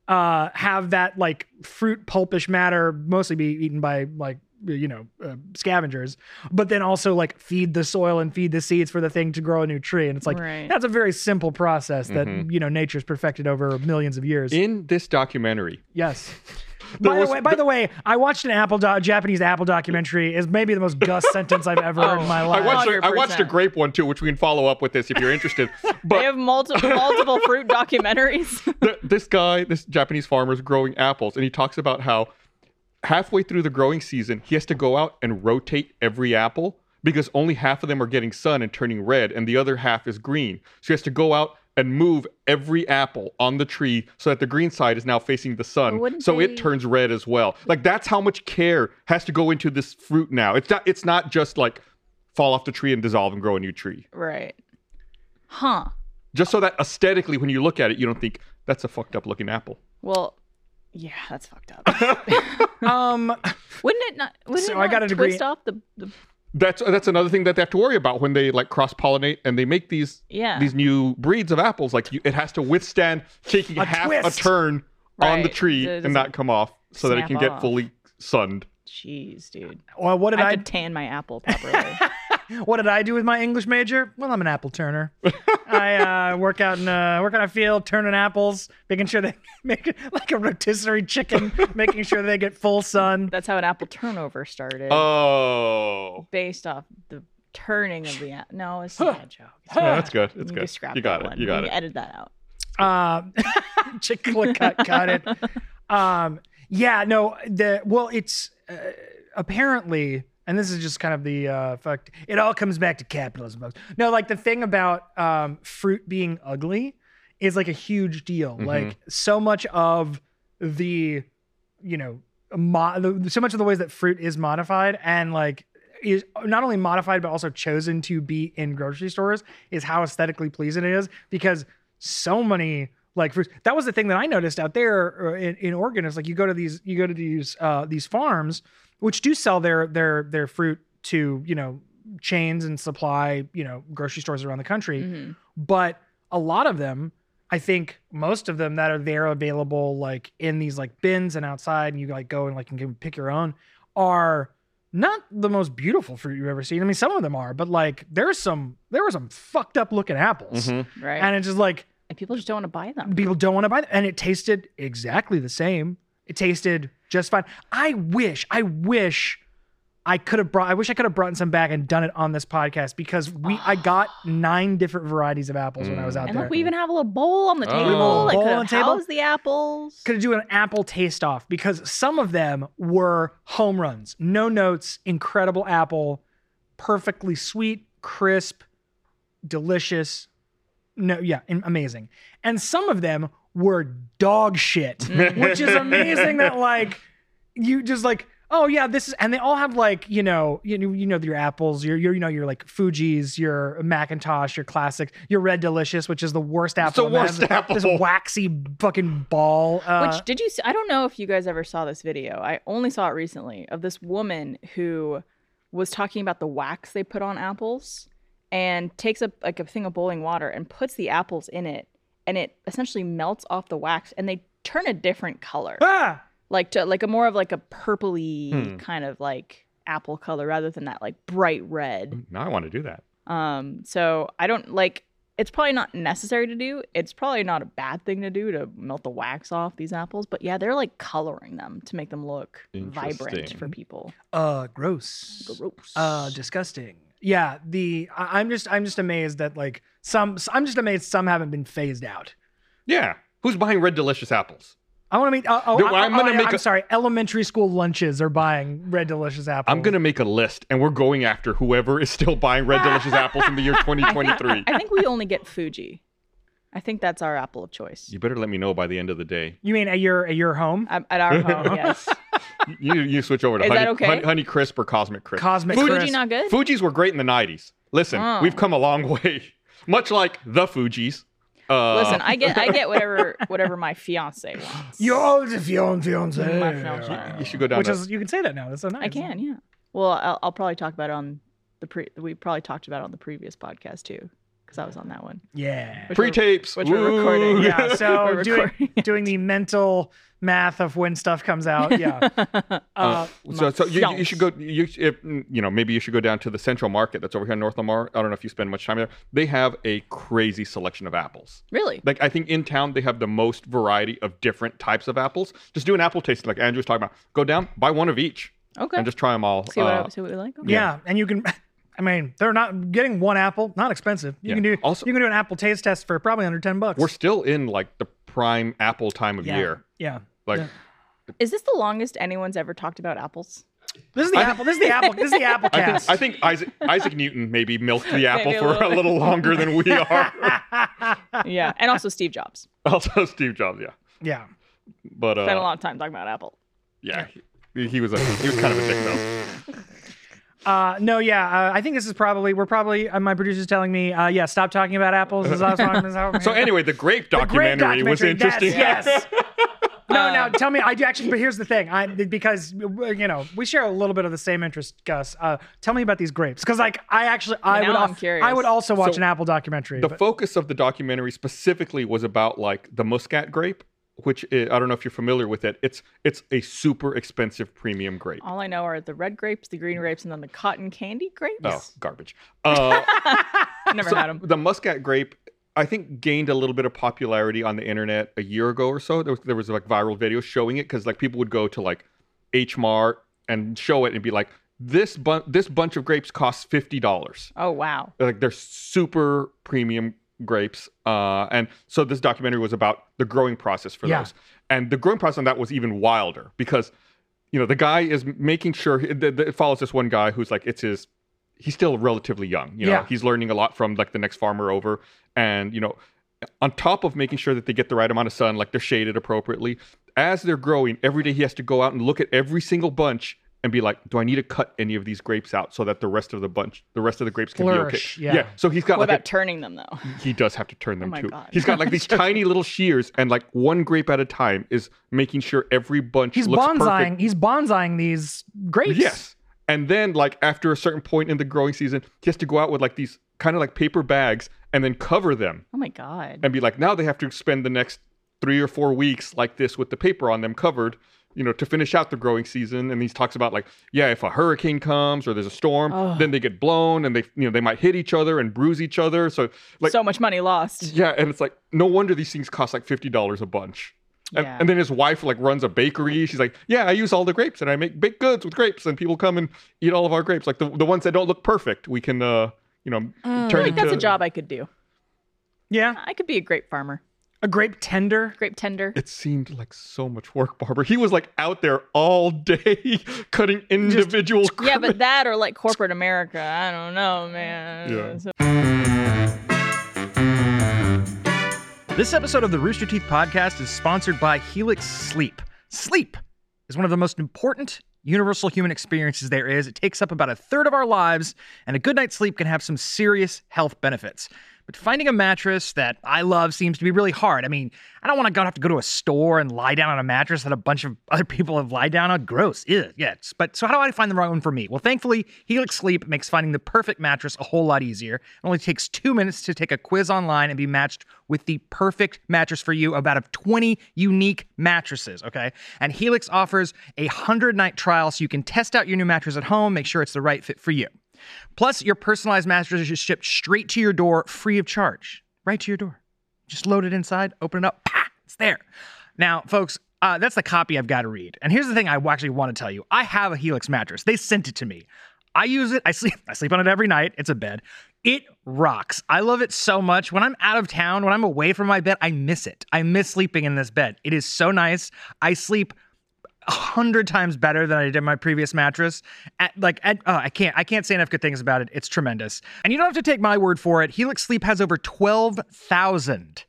uh have that like fruit pulpish matter mostly be eaten by like you know uh, scavengers but then also like feed the soil and feed the seeds for the thing to grow a new tree and it's like
Right.
that's a very simple process that
Mhm.
you know nature's perfected over millions of years
In this documentary,
yes
There
by
was-
the way by the way i watched an apple do- japanese apple documentary is maybe the most gus sentence i've ever heard in my
I
life
Oh. I watched, a, I watched a
100%.
grape one too, which we can follow up with this if you're interested.
They
But
have multiple multiple fruit documentaries.
th- this guy, this Japanese farmer, is growing apples, and he talks about how halfway through the growing season, he has to go out and rotate every apple because only half of them are getting sun and turning red, and the other half is green. So he has to go out and move every apple on the tree so that the green side is now facing the sun,
But wouldn't
so
they-
it turns red as well. Like that's how much care has to go into this fruit now. It's not. It's not just like fall off the tree and dissolve and grow a new tree.
right. Huh.
Just so that aesthetically, when you look at it, you don't think that's a fucked up looking apple.
Well, yeah, that's fucked up.
um
Wouldn't it not? Wouldn't
So
it
I
not
got a degree-
twist off the, the
that's that's another thing that they have to worry about when they like cross pollinate and they make these
Yeah.
these new breeds of apples. Like you, it has to withstand taking
A
half
twist.
a turn on the
Right.
tree
So it
and not
doesn't
come off, so that it
snap
can get
off.
fully sunned.
Jeez, dude.
well what did
I
i
have to tan my apple properly.
What did I do with my English major? Well, I'm an apple turner. I uh, work out in uh, work on a field, turning apples, making sure they make like a rotisserie chicken, making sure they get full sun.
That's how an apple turnover started,
Oh,
based off the turning of the apple. No, it's not a joke. It's
No,
not.
that's good. That's
you
good.
Just scrap
you got
that
it.
One.
You got
can
it.
Edit that out.
Um, chick click, cut, cut it. Um, yeah, no, the well, it's uh, apparently, and this is just kind of the uh, fucked. It all comes back to capitalism, folks. No, like the thing about um, fruit being ugly is like a huge deal. Like so much of the, you know, mo- the, so much of the ways that fruit is modified and like is not only modified but also chosen to be in grocery stores is how aesthetically pleasing it is because so many like fruits. That was the thing that I noticed out there uh, in, in Oregon is like you go to these you go to these uh, these farms which do sell their their their fruit to you know chains and supply you know grocery stores around the country,
Mhm.
but a lot of them, I think most of them that are there available like in these like bins and outside, and you like go and like you can pick your own, are not the most beautiful fruit you've ever seen. I mean, some of them are, but like there's some there were some fucked up looking apples,
Mhm.
right?
and it's just like
and people just don't want to buy them.
people don't want to buy them. And it tasted exactly the same. It tasted just fine. I wish, I wish I could have brought, I wish I could have brought some back and done it on this podcast because we, I got nine different varieties of apples when I was out
And
there.
look, we even have a little bowl on the
Oh.
table.
Bowl
It could
on
have
the table?
housed the apples.
could do an apple taste off because some of them were home runs. No notes, incredible apple, perfectly sweet, crisp, delicious. No, yeah, am- amazing. And some of them were dog shit,
Mm-hmm.
which is amazing that like you just like oh yeah this is and they all have like you know you know, you know your apples your, your you know your like Fuji's your Macintosh your classics your Red Delicious which is the worst apple
the
that
worst
has
apple.
this waxy fucking ball uh,
Which did you? See, I don't know if you guys ever saw this video. I only saw it recently of this woman who was talking about the wax they put on apples and takes a like a thing of boiling water and puts the apples in it and it essentially melts off the wax and they turn a different color
ah!
like to like a more of like a purpley
Hmm.
kind of like apple color rather than that like bright red
Now I want to do that.
um so i don't like it's probably not necessary to do it's probably not a bad thing to do to melt the wax off these apples but yeah they're like coloring them to make them look vibrant
Interesting.
for people
uh gross
gross
uh disgusting yeah the I, i'm just i'm just amazed that like some i'm just amazed some haven't been phased out
Yeah. Who's buying red delicious apples?
i want to meet oh, oh,
Dude,
I,
I'm gonna
oh, yeah,
make
I'm
a-
sorry elementary school lunches are buying red delicious apples
Oh.
I'm gonna make a list, and we're going after whoever is still buying red delicious apples in the year 2023.
i think we only get fuji i think that's our apple of choice
You better let me know by the end of the day.
you mean at your at your home
Um, at our home yes
You you switch over to
Is
honey,
that okay?
Honey, Honey Crisp or Cosmic Crisp.
cosmic
Fuji
fuji
Crisp.
not good
Fuji's were great in the 90s. Listen,
Oh.
we've come a long way. Much like the Fuji's. Uh,
listen i get i get whatever whatever my fiance wants
you own the fion- fiance
My fiance.
you should go down
which
that.
is you can say that now that's so nice
I can, yeah. Well, I'll, I'll probably talk about it on the pre. We probably talked about it on the previous podcast too, because I was on that one.
yeah
Which we're-
pre-tapes.
which we're recording.
Ooh.
yeah so
We're
doing
recording.
doing the mental math of when stuff comes out yeah uh,
so, so you, you should go.
myself.
You, if, you know, maybe you should go down to the Central Market that's over here in North Lamar. I don't know if you spend much time there. They have a crazy selection of apples.
Really?
Like I think in town they have the most variety of different types of apples. Just do an apple tasting, like Andrew's talking about. Go down, buy one of each,
Okay.
and just try them all.
see what
Uh,
I, see what we like. Okay.
Yeah. and you can. I mean, they're not getting one apple. Not expensive. You
Yeah.
can do.
Also-
you can do an apple taste test for probably under ten bucks.
we're still in like the prime apple time of
yeah.
year.
Yeah.
Like
Yeah.
Is this the longest anyone's ever talked about apples?
This is the
I-
apple. This is the apple. This is the apple
I think
cast.
I think Isaac Isaac Newton maybe milked the apple
Maybe a
for a
little bit.
little longer than we are.
yeah, and also Steve Jobs
also Steve Jobs, yeah.
yeah.
But
spent a
uh,
lot of time talking about Apple.
yeah, he, he was a he was kind of a dick though.
Uh, no, yeah. Uh, I think this is probably. We're probably. Uh, my producer's telling me. Uh, yeah. Stop talking about apples. This is last time.
So anyway, the grape documentary, was interesting.
That's, yes. No,
Um,
now tell me. I do actually, but here's the thing. I because you know we share a little bit of the same interest, Gus. Uh, tell me about these grapes, because like I actually, I
Now
would,
I'm
al-
curious.
I would also watch
So,
an Apple documentary.
The
but-
focus of the documentary specifically was about like the Muscat grape, which i I don't know if you're familiar with it. It's it's a super expensive premium grape.
All I know are the red grapes, the green grapes, and then the cotton candy grapes.
Oh, garbage. Uh,
Never
so
had them.
The Muscat grape, I think, gained a little bit of popularity on the internet a year ago or so. There was, there was like viral videos showing it because like people would go to like H Mart and show it and be like, this bun- this bunch of grapes costs fifty dollars.
Oh wow.
like they're super premium grapes uh and so this documentary was about the growing process for
Yeah.
those and the growing process on that was even wilder because you know the guy is making sure it, it follows this one guy who's like it's his he's still relatively young you know
Yeah.
he's learning a lot from like the next farmer over and you know on top of making sure that they get the right amount of sun like they're shaded appropriately as they're growing every day he has to go out and look at every single bunch and be like do i need to cut any of these grapes out so that the rest of the bunch the rest of the grapes can
Flourish,
be okay Mm-hmm.
yeah.
so he's got
What
like a
about turning them though?
he does have to turn them
my
too.
God.
He's got like these tiny little shears, and like one grape at a time is making sure every bunch
He's
looks
bonsaiing.
perfect.
He's bonsaiing these grapes.
Yes, and then like after a certain point in the growing season, he has to go out with like these kind of like paper bags and then cover them
Oh my god.
and be like, now they have to spend the next three or four weeks like this with the paper on them covered, you know, to finish out the growing season. And he talks about like, yeah, if a hurricane comes or there's a storm,
Ugh.
then they get blown and they, you know, they might hit each other and bruise each other. So like,
so much money lost.
yeah, and it's like no wonder these things cost like fifty dollars a bunch. And,
Yeah.
and then his wife like runs a bakery. She's like, "Yeah, I use all the grapes and I make baked goods with grapes, and people come and eat all of our grapes. Like the, the ones that don't look perfect, we can, uh, you know,
Mm. I feel
turn
like
into."
that's a job I could do.
Yeah,
I could be a grape farmer,
a grape tender.
grape tender.
It seemed like so much work, Barber. He was like out there all day cutting individual.
Yeah, but that or like corporate America. I don't know, man.
Yeah.
So-
This episode of the Rooster Teeth podcast is sponsored by Helix Sleep. Sleep is one of the most important universal human experiences there is. It takes up about a third of our lives, and a good night's sleep can have some serious health benefits. But finding a mattress that I love seems to be really hard. I mean, I don't want to have to go to a store and lie down on a mattress that a bunch of other people have lied down on. Gross. Ew, yeah. It's- But so how do I find the right one for me? Well, thankfully, Helix Sleep makes finding the perfect mattress a whole lot easier. It only takes two minutes to take a quiz online and be matched with the perfect mattress for you, about of 20 unique mattresses, okay? And Helix offers a 100-night trial so you can test out your new mattress at home, make sure it's the right fit for you. Plus, your personalized mattress is shipped straight to your door free of charge, right to your door. Just load it inside, open it up, pah, it's there. Now, folks, uh, that's the copy I've got to read. And here's the thing I actually want to tell you I have a Helix mattress, they sent it to me. I use it. I sleep. I sleep on it every night. It's a bed. It rocks. I love it so much. When I'm out of town, when I'm away from my bed, I miss it. I miss sleeping in this bed. It is so nice. I sleep a hundred times better than I did my previous mattress. At, like, at, oh, I can't, I can't say enough good things about it. It's tremendous, and you don't have to take my word for it. Helix Sleep has over twelve thousand.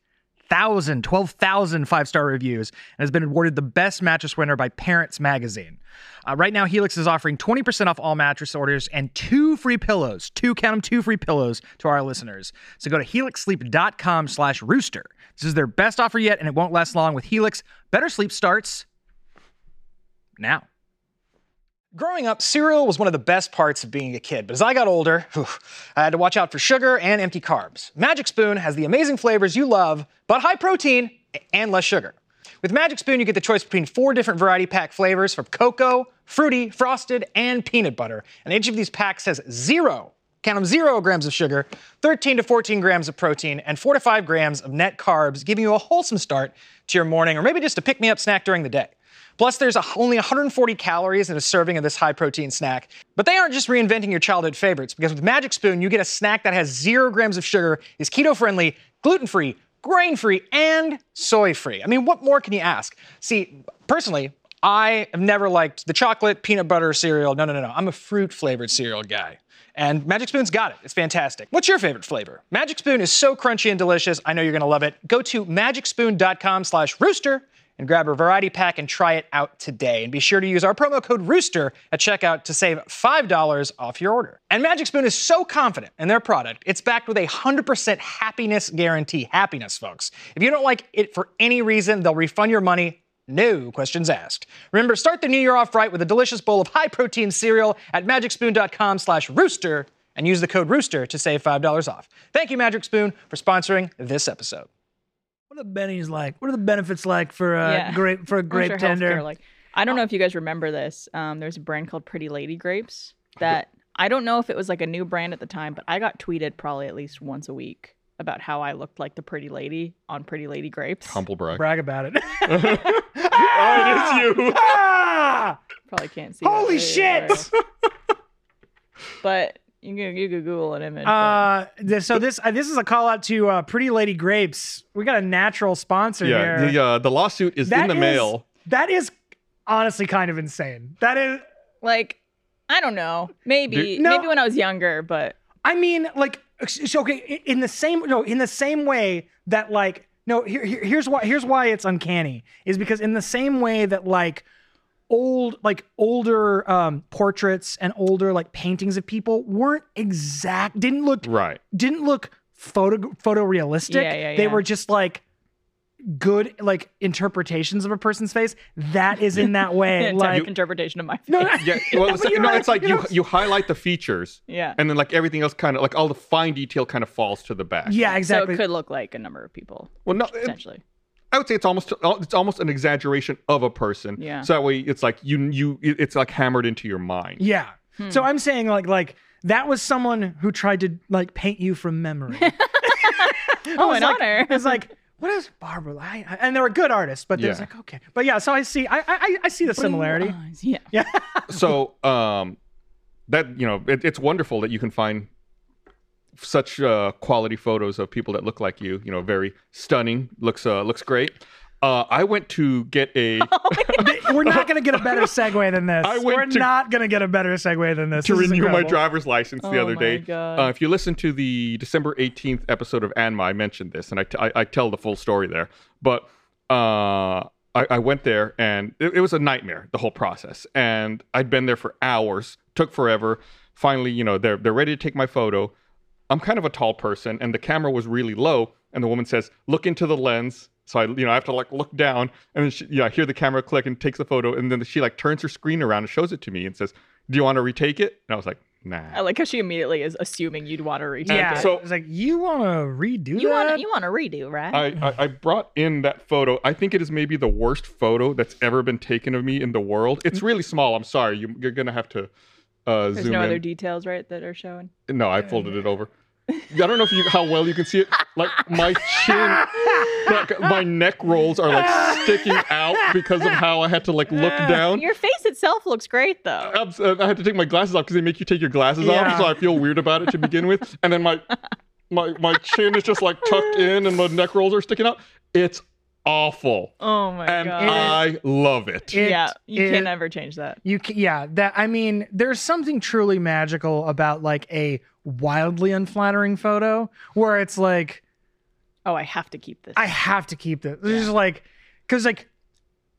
1,000, 12,000 five star reviews and has been awarded the best mattress winner by Parents Magazine. Uh, right now, Helix is offering 20% off all mattress orders and two free pillows, two, count them, two free pillows to our listeners. So go to helixsleep.com slash rooster. This is their best offer yet, and it won't last long with Helix. Better sleep starts now. Growing up, cereal was one of the best parts of being a kid, but as I got older, whew, I had to watch out for sugar and empty carbs. Magic Spoon has the amazing flavors you love, but high protein and less sugar. With Magic Spoon, you get the choice between four different variety pack flavors from cocoa, fruity, frosted, and peanut butter. And each of these packs has zero count them zero grams of sugar, 13 to 14 grams of protein, and four to five grams of net carbs, giving you a wholesome start to your morning or maybe just a pick me up snack during the day. Plus, there's a, only 140 calories in a serving of this high protein snack. But they aren't just reinventing your childhood favorites, because with Magic Spoon, you get a snack that has zero grams of sugar, is keto friendly, gluten free, grain free, and soy free. I mean, what more can you ask? See, personally, I have never liked the chocolate, peanut butter cereal. No, no, no, no. I'm a fruit flavored cereal guy. And Magic Spoon's got it. It's fantastic. What's your favorite flavor? Magic Spoon is so crunchy and delicious. I know you're going to love it. Go to magicspoon.com slash rooster and grab a variety pack and try it out today. And be sure to use our promo code rooster at checkout to save $5 off your order. And Magic Spoon is so confident in their product, it's backed with a 100% happiness guarantee. Happiness, folks. If you don't like it for any reason, they'll refund your money no questions asked. Remember, start the new year off right with a delicious bowl of high-protein cereal at magicspoon.com slash rooster and use the code rooster to save $5 off. Thank you, Magic Spoon, for spensoring this episode.
What are the bennies like? What are the benefits like for a
Yeah.
grape for a
What was
grape
your healthcare
tender?
Like, I don't know if you guys remember this. Um, there's a brand called Pretty Lady Grapes that I don't know if it was like a new brand at the time, but I got tweeted probably at least once a week about how I looked like the Pretty Lady on Pretty Lady Grapes.
Humble brag.
Brag about it.
Oh, it is you.
ah!
Probably can't see. that,
Holy
but
shit!
anyway. But you can you can Google an image.
Uh, th- so this uh, this is a call out to uh, Pretty Lady Grapes. We got a natural sponsor
Yeah,
here.
the, uh, the lawsuit is in
That
the
is-
mail.
That is honestly kind of insane. That is,
like I don't know. Maybe
Do-
No.
maybe when I was younger, but
I mean, like, ex- so okay, i- in the same no, in the same way that like no, here, here- here's why here's why it's uncanny is because in the same way that like old like older um portraits and older like paintings of people weren't exact didn't look
Right.
didn't look photo photorealistic.
Yeah, yeah,
They
yeah.
were just like good like interpretations of a person's face. That is in that way.
Like,
like
interpretation of my face.
no, no,
Yeah, well, it's,
but you're
no,
right,
it's like
you
you
know-
you highlight the features,
Yeah.
and then like everything else kind of like all the fine detail kind of falls to the back.
yeah,
So
exactly. Uh,
it could look like a number of people
Well, no, it-
potentially.
I would say it's almost uh, it's almost an exaggeration of a person.
Yeah.
So that way, it's like you you it- it's like hammered into your mind.
yeah. So
Hmm.
I'm saying like like that was someone who tried to like paint you from memory.
oh,
was
an
like-
honor.
It's like what is Barbara? I, I- and they were good artists, but there's
Yeah.
like okay, but yeah. So I see, I I, I see the similarity.
Blue eyes, Yeah.
So um, that you know it, it's wonderful that you can find such uh, quality photos of people that look like you. You know, very stunning. Looks uh, looks great. Uh, I went to get a
Oh,
We're not gonna get a better segue than this.
I went
We're
to-
not gonna get a better segue than this.
to
This is
renew my
incredible.
driver's license the
Oh
other
my
day.
God.
Uh, if you listen to the December 18th episode of Anma, I mentioned this and I, t- I, I tell the full story there. But uh, I, I went there and it, it was a nightmare, the whole process. And I'd been there for hours, took forever. Finally, you know, they're, they're ready to take my photo. I'm kind of a tall person and the camera was really low. And the woman says, look into the lens. So I, you know, I have to like look down and then she, you know, I hear the camera click and takes the photo. And then she like turns her screen around and shows it to me and says, do you want to retake it? And I was like,
I
nah.
like how she immediately is assuming you'd want to redo.
Yeah.
And so-
it's like you want to redo
You
that.
want to you want to redo, right?
I, I, I brought in that photo. I think it is maybe the worst photo that's ever been taken of me in the world. It's really small. I'm sorry. You, you're going to have to uh,
Mm. There's
zoom
no
in.
other details, right, that are shown.
No, I folded it over. I don't know if you how well you can see it. Like my chin, like my neck rolls are like sticking out because of how I had to like look down.
Your face itself looks great, though.
I'm s- I had to take my glasses off because they make you take your glasses
Yeah.
off, so I feel weird about it to begin with. And then my my my chin is just like tucked in, and my neck rolls are sticking out. It's awful,
Oh my
and
god.
I love it.
It-
yeah, you
it-
can never change that.
You can, yeah, that I mean, there's something truly magical about like a wildly unflattering photo where it's like
Oh, I have to keep this.
I have to keep this. It's just like cuz like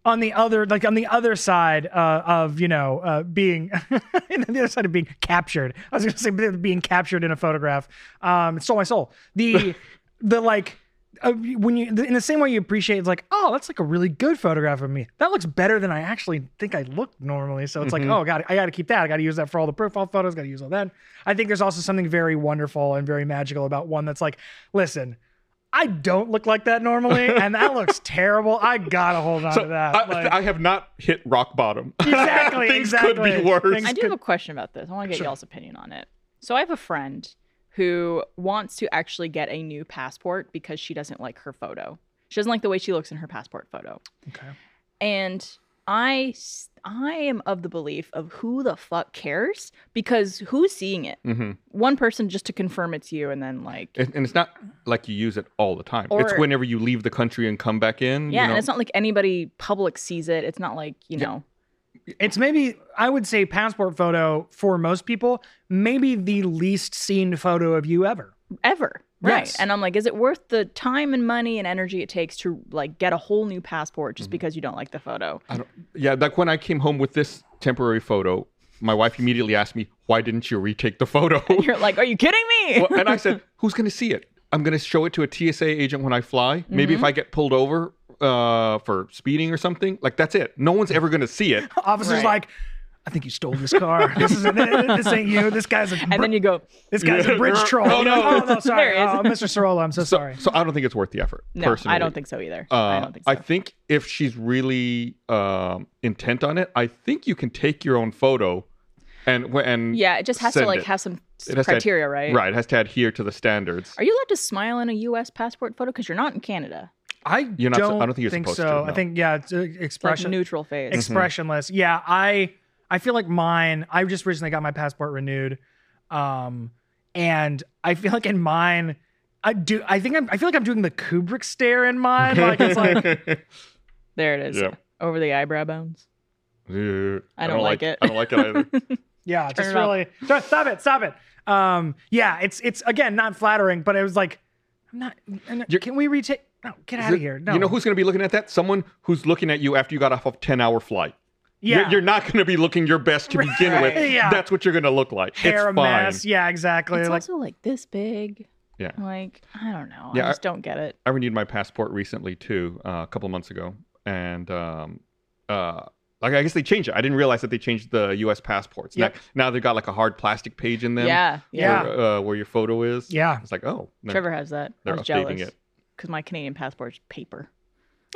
on the other like on the other side uh, of, you know, uh being on the other side of being captured. I was going to say being captured in a photograph. Um it stole my soul. The the like uh, when you in the same way you appreciate it's like oh that's like a really good photograph of me that looks better than i actually think i look normally so it's
Mm-hmm.
like oh god i gotta keep that i gotta use that for all the profile photos gotta use all that i think there's also something very wonderful and very magical about one that's like listen i don't look like that normally and that looks terrible i gotta hold on
So
to that
I,
like,
I have not hit rock bottom.
Exactly,
Things could
exactly.
be worse.
Things-
I do have a question about this. I want to get y'all's opinion on it. So I have a friend who wants to actually get a new passport because she doesn't like her photo. She doesn't like the way she looks in her passport photo.
Okay.
And I s- I am of the belief of who the fuck cares because who's seeing it?
Mhm.
One person just to confirm it's you and then like
And, and it's not like you use it all the time. it's
Or-
whenever you leave the country and come back in.
yeah,
you know?
and it's not like anybody public sees it. It's not like, you know,
it's maybe i would say passport photo for most people maybe the least seen photo of you ever
ever. Right.
Yes.
And I'm like, is it worth the time and money and energy it takes to like get a whole new passport
Mm-hmm.
just because you don't like the photo?
I don't, yeah, like when I came home with this temporary photo, my wife immediately asked me, "Why didn't you retake the photo?"
You're like, are you kidding me?
Well, and I said, "Who's going to see it? I'm going to show it to a TSA agent when I fly. Maybe if
Mm-hmm.
I get pulled over uh, for speeding or something, like that's it. No one's ever going to see it."
officer's
Right.
like I think you stole this car. This is this ain't you. This guy's a
and then you go,
This guy's a bridge troll.
Oh, no.
oh, no sorry.
There
Oh, Mr. Sorolla, I'm so, sorry.
So I don't think it's worth the effort.
no,
personally.
I don't think so either. I
Uh,
don't think so.
if she's really um, intent on it, I think you can take your own photo, and wh- and
yeah, it just has to
send
like
it.
have some s-
It has to-
criteria, right?
Right, it has to adhere to the standards.
Are you allowed to smile in a U.S. passport photo? Because you're not in Canada.
I
You're not- I
don't,
don't think you're supposed
so.
to,
I
no. Mm-hmm.
think yeah, it's uh,
It's like
expression
neutral phase.
expressionless. Yeah, I I feel like mine. I just recently got my passport renewed, um, and I feel like in mine, I do. I think I'm. I feel like I'm doing the Kubrick stare in mine. Like it's like
there it is.
Yeah.
Over the eyebrow bones.
Yeah,
I don't like it.
I don't like it either.
Yeah,
it
just
off.
really Stop- stop it, stop it. Um, yeah, it's it's again not flattering, but it was like, I'm not. I'm not-
You're-
can we retake? No, get out of here. No,
You know who's going to be looking at that? Someone who's looking at you after you got off of 10 hour flight. You're-
Yeah,
You're, not going to be looking your best to begin
Right.
with.
Yeah.
That's what you're going to look like.
hair a
it's fine.
mess. Yeah, exactly.
It's
like
also like this big.
Oh, Yeah.
Like, I don't know.
Yeah,
I
I-
just don't get it.
I renewed my passport recently too, uh, a couple months ago, and um, uh, like I guess they changed it. I didn't realize that they changed the U.S. passports.
Yep.
Now, now they've got like a hard plastic page in them.
Yeah. Yeah.
Where, uh, where your photo is.
Yeah.
It's like oh, no.
Trevor has that.
they're
I was
updating
jealous
it.
because my Canadian passport's paper.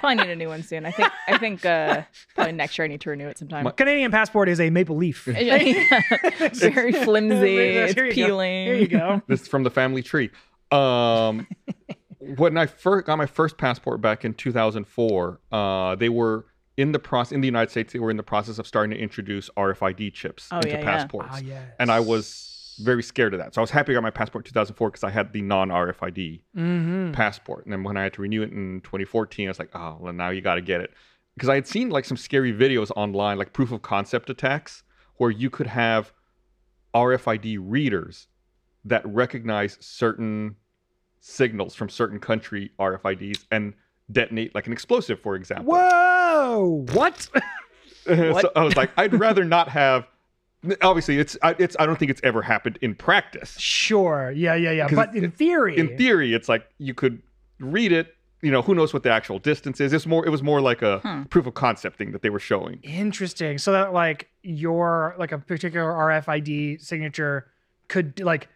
probably need a new one soon. I think. I think uh, probably next year I need to renew it sometime.
Canadian passport is a maple leaf.
it's very flimsy.
Here
It's
you go.
peeling.
Here you go.
This is from the family tree. Um, when I first got my first passport back in 2004, uh, they were in the process in the United States. They were in the process of starting to introduce RFID chips
Oh,
into
yeah, yeah.
passports,
Ah, yes.
and I was very scared of that. So I was happy I got my passport in 2004 because I had the non-RFID
Mm-hmm.
passport. And then when I had to renew it in 2014, I was like, oh, well, now you got to get it. Because I had seen like some scary videos online, like proof of concept attacks, where you could have RFID readers that recognize certain signals from certain country RFIDs and detonate like an explosive, for example.
Whoa! What?
so I was like, I'd rather not have. Obviously, it's I, it's. I don't think it's ever happened in practice.
Sure. Yeah, yeah, yeah.
'Cause
But in theory,
in theory, it's like you could read it. You know, who knows what the actual distance is? It's more. It was more like a
Hmm.
proof of concept thing that they were showing.
interesting. So that like your like a particular RFID signature could like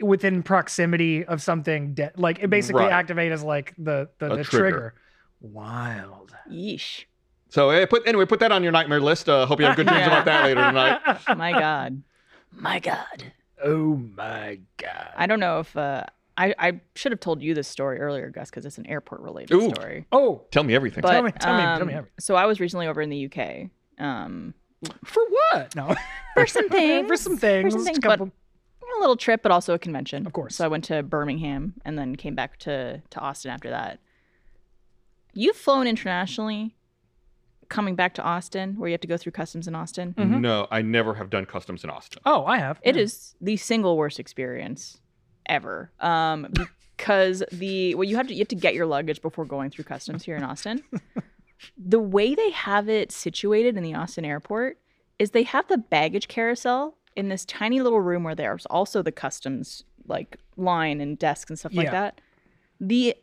within proximity of something de- like it basically
Right.
activate as like the the,
A
the
trigger.
trigger. Wild.
Yeesh.
So eh, put anyway, put that on your nightmare list. Uh, hope you have good dreams
Yeah.
about that later tonight.
My God. My God.
Oh my god.
I don't know if uh, I I should have told you this story earlier, Gus, because it's an airport related
Ooh.
story.
Oh,
Tell me everything.
But
me- tell me- tell
um,
me everything.
So I was recently over in the UK. Um,
for what? No.
for some things.
for some things.
For some things,
couple-
a little trip, but also a convention.
Of course.
So I went to Birmingham and then came back to to Austin after that. You've flown internationally, coming back to Austin, where you have to go through customs in Austin.
No, I never have done customs in Austin.
Oh, I have.
It is the single worst experience ever. Um, because the well, you have to you have to get your luggage before going through customs here in Austin. the way they have it situated in the Austin airport is they have the baggage carousel in this tiny little room where there's also the customs like line and desks and stuff like
Yeah.
that. The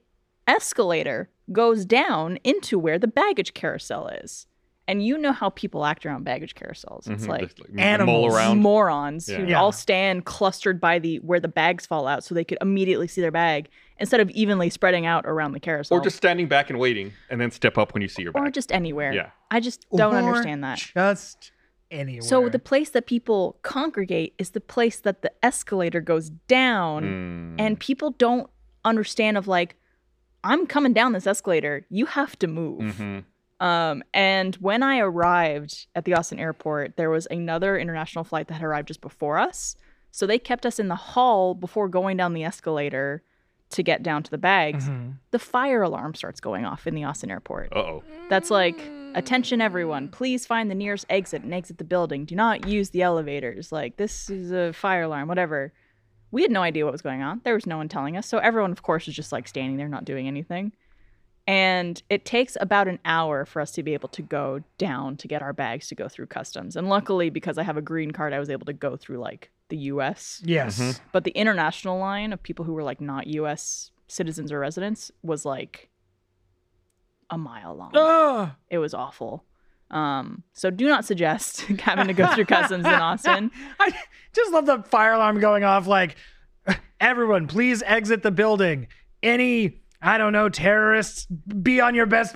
escalator goes down into where the baggage carousel is. And you know how people act around baggage carousels. It's
Mm-hmm.
Mhm,
like
just, m-
animals.
mull around.
morons who
Yeah.
all stand clustered by the where the bags fall out so they could immediately see their bag instead of evenly spreading out around the carousel
or just standing back and waiting, and then step up when you see your
or
bag.
just anywhere.
Yeah.
I just don't
Or
understand that.
Just anywhere.
So the place that people congregate is the place that the escalator goes down
Mm.
and people don't understand of like I'm coming down this escalator, you have to move.
Mhm.
Um, and when I arrived at the Austin airport, there was another international flight that had arrived just before us. So they kept us in the hall before going down the escalator to get down to the bags.
Mhm.
The fire alarm starts going off in the Austin airport.
Uh-oh.
That's like, attention everyone, please find the nearest exit and exit the building. Do not use the elevators. Like, this is a fire alarm, whatever. We had no idea what was going on. There was no one telling us. So everyone, of course, is just like standing there, not doing anything. And it takes about an hour for us to be able to go down to get our bags to go through customs. And luckily, because I have a green card, I was able to go through like the US.
Yes.
Mm-hmm.
But the international line of people who were like not US citizens or residents was like a mile long.
Oh.
It was awful. Um, so do not suggest having to go through customs in Austin.
I just love the fire alarm going off. Like, everyone, please exit the building. Any, I don't know, terrorists, be on your best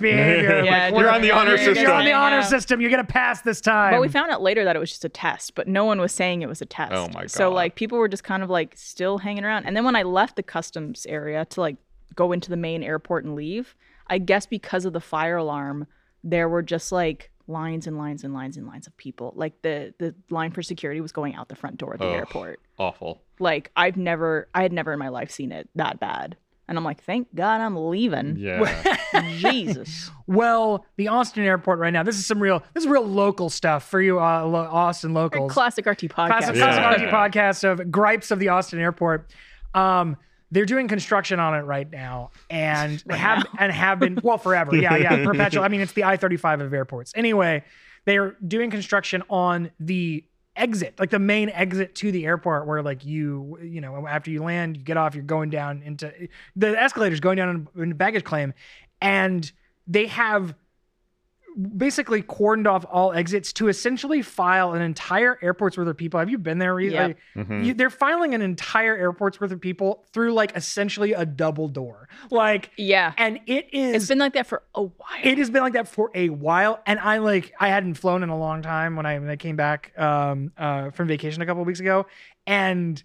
behavior.
Yeah,
Like,
don't-
You're on the honor
you're
system.
You're on the
Yeah.
honor system. You're gonna pass this time.
But we found out later that it was just a test, but no one was saying it was a test.
Oh my
So
God.
like people were just kind of like still hanging around. And then when I left the customs area to like go into the main airport and leave, I guess because of the fire alarm, there were just like lines and lines and lines and lines of people. Like the the line for security was going out the front door of the
Ugh.
airport.
Awful.
Like I've never I had never in my life seen it that bad. And I'm like, thank God I'm leaving.
Yeah.
Jesus.
well, the Austin airport right now. This is some real, this is real local stuff for you, uh, lo- Austin locals.
Classic RT podcast.
Classic,
Yeah.
classic RT podcast of gripes of the Austin airport. Um, they're doing construction on it right now, and have and have been well forever. Yeah, yeah, perpetual. I mean, it's the I thirty five of airports. Anyway, they are doing construction on the exit, like the main exit to the airport, where like you, you know, after you land, you get off, you're going down into the escalators, going down in- into baggage claim, and they have basically cordoned off all exits to essentially file an entire airport's worth of people. Have you been there? Reese?
Yep.
Like,
Mhm.
you, they're filing an entire airport's worth of people through like essentially a double door, like,
Yeah.
and it is
It's been like that for a while.
it has been like that for a while and i like i hadn't flown in a long time when i, when I came back um, uh, from vacation a couple of weeks ago and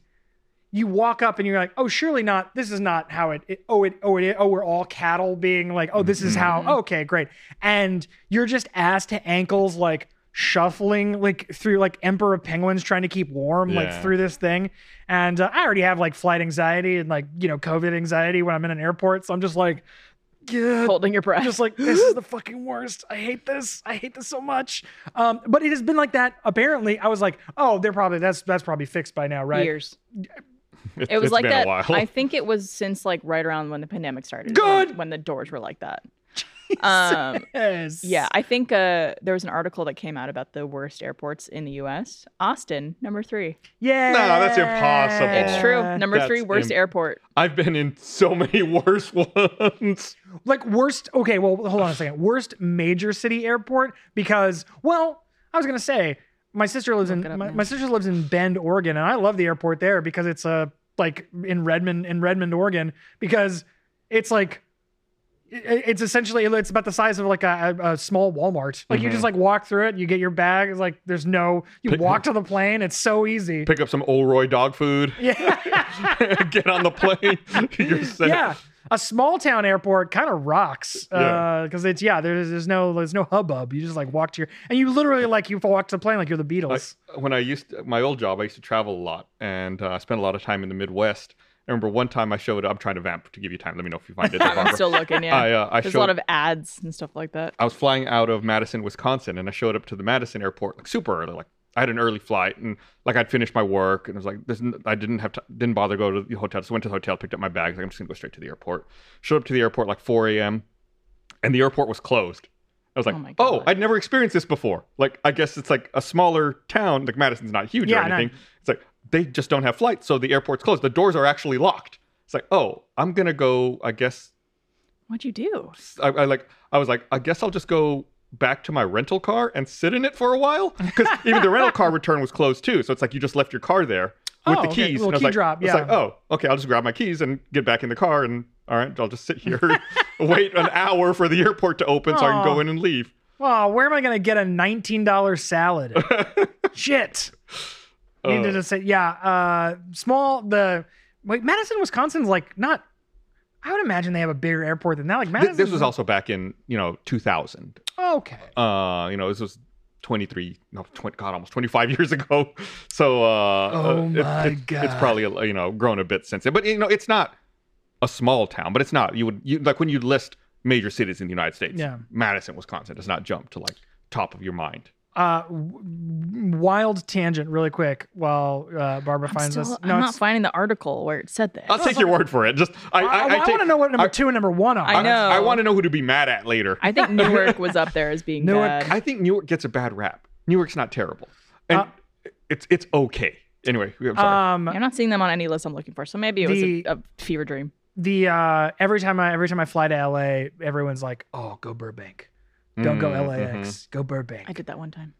you walk up and you're like oh surely not this is not how it, it oh it oh it oh we're all cattle being like oh this is how okay great and you're just ass to ankles like shuffling like through like emperor penguins trying to keep warm like
Yeah.
through this thing and uh, i already have like flight anxiety and like you know covid anxiety when i'm in an airport so i'm just like yeah,
holding your breath.
just like this is the fucking worst. I hate this. I hate this so much. Um, but it has been like that. Apparently, I was like, oh, they're probably that's that's probably fixed by now, right?
years.
It's-
It was
it's
like
been
that.
A while.
I think it was since like right around when the pandemic started.
Good!
when, when the doors were like that. Um,
Yes.
yeah, I think uh, there was an article that came out about the worst airports in the U.S. Austin, number three.
Yeah.
No, that's impossible.
It's true.
Uh,
Number
That's
three worst
im-
airport.
I've been in so many worse ones.
Like worst. Okay, well, hold on a second. Worst major city airport because well, I was gonna say my sister lives in
Look it up
my,
now.
my sister lives in Bend, Oregon, and I love the airport there because it's uh, like in Redmond in Redmond, Oregon because it's like it- it's essentially it's about the size of like a, a small Walmart. Like you
Mm-hmm.
just like walk through it, you get your bag. It's like there's no you
Pick-
walk to the plane. It's so easy.
Pick up some Olroy dog food. Get on the plane. You're set.
yeah, a small town airport kind of rocks
Yeah.
because it's yeah there's there's no there's no hubbub. You just like walk to your and you literally like you walk to the plane like you're the Beatles.
when I used my old job, I used to travel a lot and uh, I spent a lot of time in the Midwest. I remember one time I showed up. I'm trying to vamp to give you time. Let me know if you find it.
I'm
Barbara.
still looking. Yeah,
I, uh, I
there's
showed,
a lot of ads and stuff like that.
I was flying out of Madison, Wisconsin, and I showed up to the Madison airport like super early. Like I had an early flight, and like I'd finished my work, and it was like this. I didn't have to, didn't bother to go to the hotel. So went to the hotel, picked up my bags. Like I'm just gonna go straight to the airport. Showed up to the airport like 4 a.m. and the airport was closed. I was like,
Oh my
oh,
God.
I'd never experienced this before. Like I guess it's like a smaller town. Like Madison's not huge
Yeah,
or
no.
anything. It's like they just don't have flights, so the airport's closed. The doors are actually locked. It's like, oh, I'm gonna go. I guess
What'd you do?
I, I like I was like, I guess I'll just go back to my rental car and sit in it for a while because even the rental car return was closed too. So it's like you just left your car there with
Oh,
the
okay.
keys.
Little
and I was
key
like,
drop,
It's
yeah.
like, oh, okay, I'll just grab my keys and get back in the car and all right, I'll just sit here, and wait an hour for the airport to open so I can
Aw.
go in and leave.
Oh, where am I gonna get a nineteen dollar salad? Shit. Needed
Uh.
to say, yeah. Uh, small. The wait, Madison, Wisconsin's like not. I would imagine they have a bigger airport than that. Like
Th-
Madison.
this was also back in you know 2000.
okay.
Uh, you know this was. 23 no 20, god almost 25 years ago so uh
Oh
uh,
my
it's, it's, it's
God.
probably you know grown a bit since then but you know it's not a small town but it's not you would you like when you list major cities in the united states
Yeah.
madison wisconsin does not jump to like top of your mind
Uh, w- wild tangent, really quick, while uh, Barbara
I'm,
finds
still,
us.
I'm not
it's-
finding the article where it said that.
i'll take your word for it just i i,
I,
I, take-
want to know what number
I-
two and number one are.
I know.
i want to know who to be mad at later
I think Newark was up there as being bad.
Newark-
i think newark gets a bad rap newark's not terrible and
Uh,
it's it's okay anyway i'm sorry
Um,
I'm not seeing them on any list I'm looking for. So maybe it was
The-
a, a fever dream.
the uh, every time I every time I fly to LA, everyone's like, "Oh, go Burbank, don't go
Mm,
LAX,
mhm.
go Burbank."
I did Mm-hmm. that one time.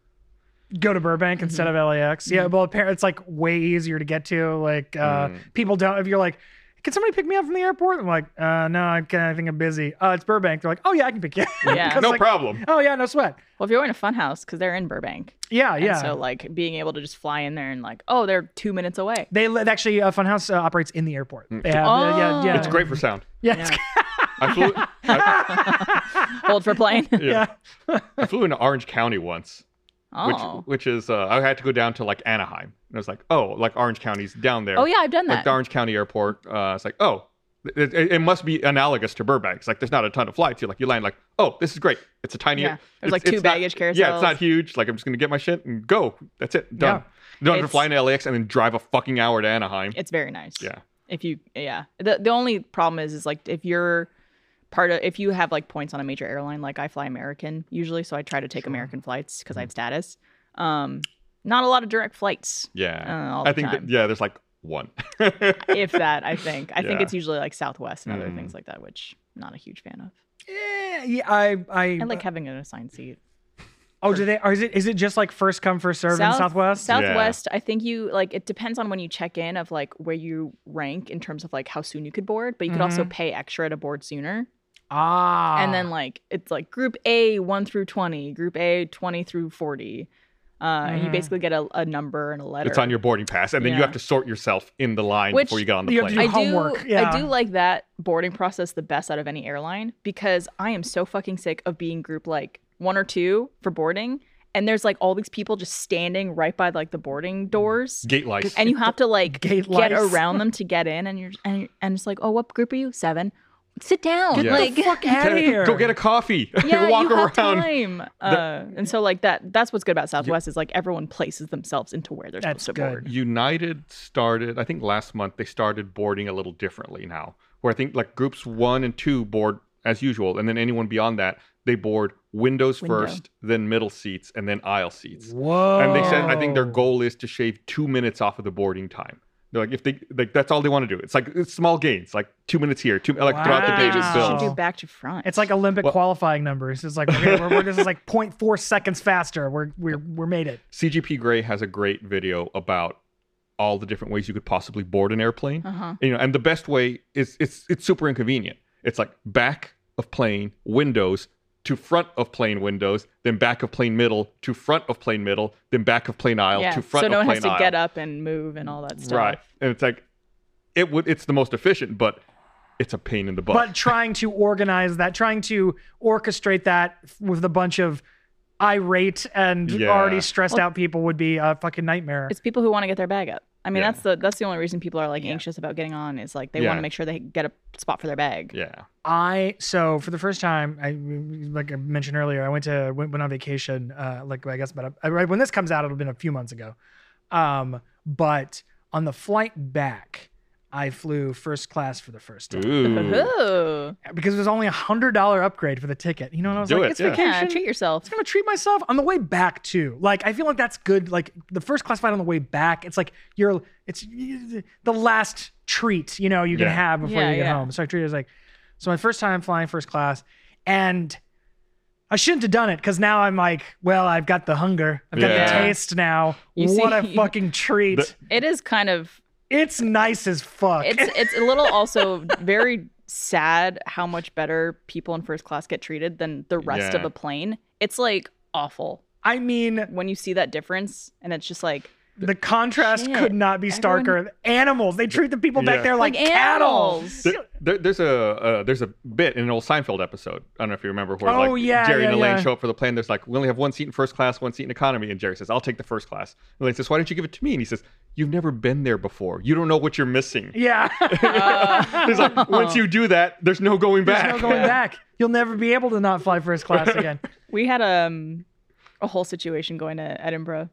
go to Burbank instead of LAX. Yeah,
Mm-hmm.
well, apparently it's like way easier to get to. Like uh,
Mm.
people don't. If you're like, can somebody pick me up from the airport? I'm like, uh, no, I can. I think I'm busy. Uh, it's Burbank. They're like, oh yeah, I can pick you. up.
Yeah.
Because,
no
like,
problem
Oh yeah, no sweat.
Well, if you're in a fun house, because they're in Burbank.
Yeah,
And
yeah.
so like being able to just fly in there and like, oh, they're two minutes away.
they li- actually uh, Funhouse uh, operates in the airport. They have, uh, yeah,
Oh.
yeah,
Mm. it's great for sound
Yeah, it's-
i flew I,
Hold for plane.
yeah. I flew into orange county once
oh.
which which is uh, I had to go down to like Anaheim, and I was like, oh, like Orange County's down there.
oh yeah, I've done
like
that.
the Orange County Airport. Uh, it's like, oh, it, it, it must be analogous to Burbank. It's like there's not a ton of flights. You like you land like, oh, this is great. It's a tiny.
Yeah. There's,
it's-
like,
it's
two
not-
baggage
Yeah,
carousels.
it's not huge. Like I'm just gonna get my shit and go. That's it. Done. You Don't have to
It's-
fly into LAX and then drive a fucking hour to Anaheim.
it's very nice.
Yeah.
If you yeah. The the only problem is is like if you're part of if you have like points on a
Mm-hmm.
major airline, like I fly American usually, so I try to take American flights because I have status. Um not a lot of direct flights.
Yeah.
Uh, all
I
the
think
time.
that yeah, there's like one.
if that, I think. I think
Yeah.
it's usually like Southwest and other
Mm.
things like that, which I'm not a huge fan of.
Yeah, yeah, I, I,
I like having an assigned seat.
oh, do they? Or is it? Is it just like first come first serve in
South-
Southwest?
Southwest, I think you like it depends on when you check in of like where you rank in terms of like how soon you could board, but you could also pay extra to board sooner.
Mm-hmm. Ah,
And then like it's like group A 1 through 20, group A 20 through 40. Uh, and you
Mm-hmm.
basically get a, a number and a letter.
It's on your boarding pass, and then you
Yeah.
have to sort yourself in the line
Which
before you get on the
you have to
plane.
do
I
homework,
do
yeah.
I do like that boarding process the best out of any airline because I am so fucking sick of being group like one or two for boarding and there's like all these people just standing right by like the boarding doors
Gate lice.
and you have to like
Gate
get
lice.
around them to get in and you're and, you're- and it's like oh what group are you? 7. Sit down.
Get the
like
fuck out of here.
Go get a coffee.
yeah,
Walk
you have
around.
time. Uh, and so like that that's what's good about Southwest is like everyone places themselves into where they're
That's
supposed to
good.
board.
United started, I think last month, they started boarding a little differently now, where I think like groups one and two board as usual, and then anyone beyond that, they board windows
Window.
first, then middle seats, and then aisle seats.
whoa.
And they said, I think their goal is to shave two minutes off of the boarding time. They're like, if they like, that's all they want to do. It's like it's small gains, like two minutes here, two like throughout the
Wow.
day.
They just
builds.
should Ah, do
Wow.
back to front.
It's like Olympic
Well-
qualifying numbers. It's like okay, we're, we're just like 0.4 seconds faster. We're we're we're made it.
CGP Grey has a great video about all the different ways you could possibly board an airplane.
Uh-huh.
You know, and the best way is it's it's super inconvenient. It's like back of plane windows to front of plane windows, then back of plane middle to front of plane middle, then back of plane aisle to front
so
of
no one
plane
has to
aisle.
get up and move and all that stuff.
Right. And it's like it would it's the most efficient, but it's a pain in the butt.
But trying to organize that, trying to orchestrate that with a bunch of irate and
Yeah.
already stressed out people would be a fucking nightmare.
It's people who want to get their bag up. I mean,
Yeah.
that's the that's the only reason people are like anxious about getting on is like they want
Yeah.
to make sure they get a spot for their bag.
yeah.
I so for the first time, I like I mentioned earlier, I went to went, went on vacation. Uh, like I guess about a, right when this comes out, it'll have been a few months ago. Um, but on the flight back, I flew first class for the first time
Ooh.
Ooh.
because it was only a hundred dollar upgrade for the ticket. You know, and I was
Do
like,
it,
it's
yeah.
vacation.
Yeah, treat yourself.
I'm gonna treat myself on the way back too. Like I feel like that's good. Like the first class flight on the way back, it's like you're it's the last treat you know you can
Yeah.
have before
Yeah,
you get
yeah.
home. So I treated it as like so my first time flying first class, and I shouldn't have done it because now I'm like, well, I've got the hunger, I've got the
Yeah.
taste now.
You
what a
see-
fucking treat!
The-
It is kind of
it's nice as fuck.
it's it's a little also very sad how much better people in first class get treated than the rest of
Yeah.
a plane. It's like awful
I mean,
when you see that difference and it's just like
the contrast
Shit.
could not be starker.
Everyone-
Animals, they treat the people back
Yeah.
there like,
like
cattle.
animals.
There, there- there's a uh, there's a bit in an old Seinfeld episode. I don't know if you remember where
Oh,
like
yeah,
Jerry
yeah,
and Elaine
yeah.
show up for the plane. There's like we only have one seat in first class, one seat in economy, and Jerry says, "I'll take the first class." And Elaine says, "Why don't you give it to me?" And he says, "You've never been there before. You don't know what you're missing."
Yeah.
He's like, "Once you do that, there's no going back."
There's no going back. You'll never be able to not fly first class again.
We had um a whole situation going to Edinburgh,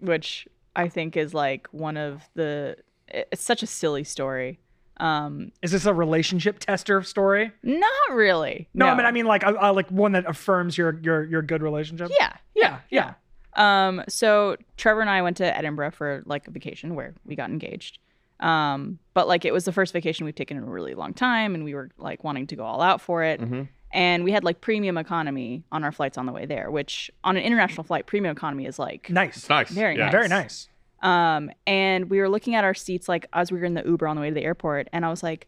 which I think is like one of the it- it's such a silly story. Um
Is this a relationship tester story?
not really.
No, I mean, I mean, like, I, I like one that affirms your your your good relationship.
yeah.
yeah, yeah.
Um so Trevor and I went to Edinburgh for like a vacation where we got engaged. Um but like it was the first vacation we've taken in a really long time and we were like wanting to go all out for it.
Mhm.
And we had like premium economy on our flights on the way there, which on an international flight premium economy is like
Nice,
It's nice.
Very
yeah.
nice.
very nice.
Um, and we were looking at our seats like as we were in the Uber on the way to the airport, and I was like,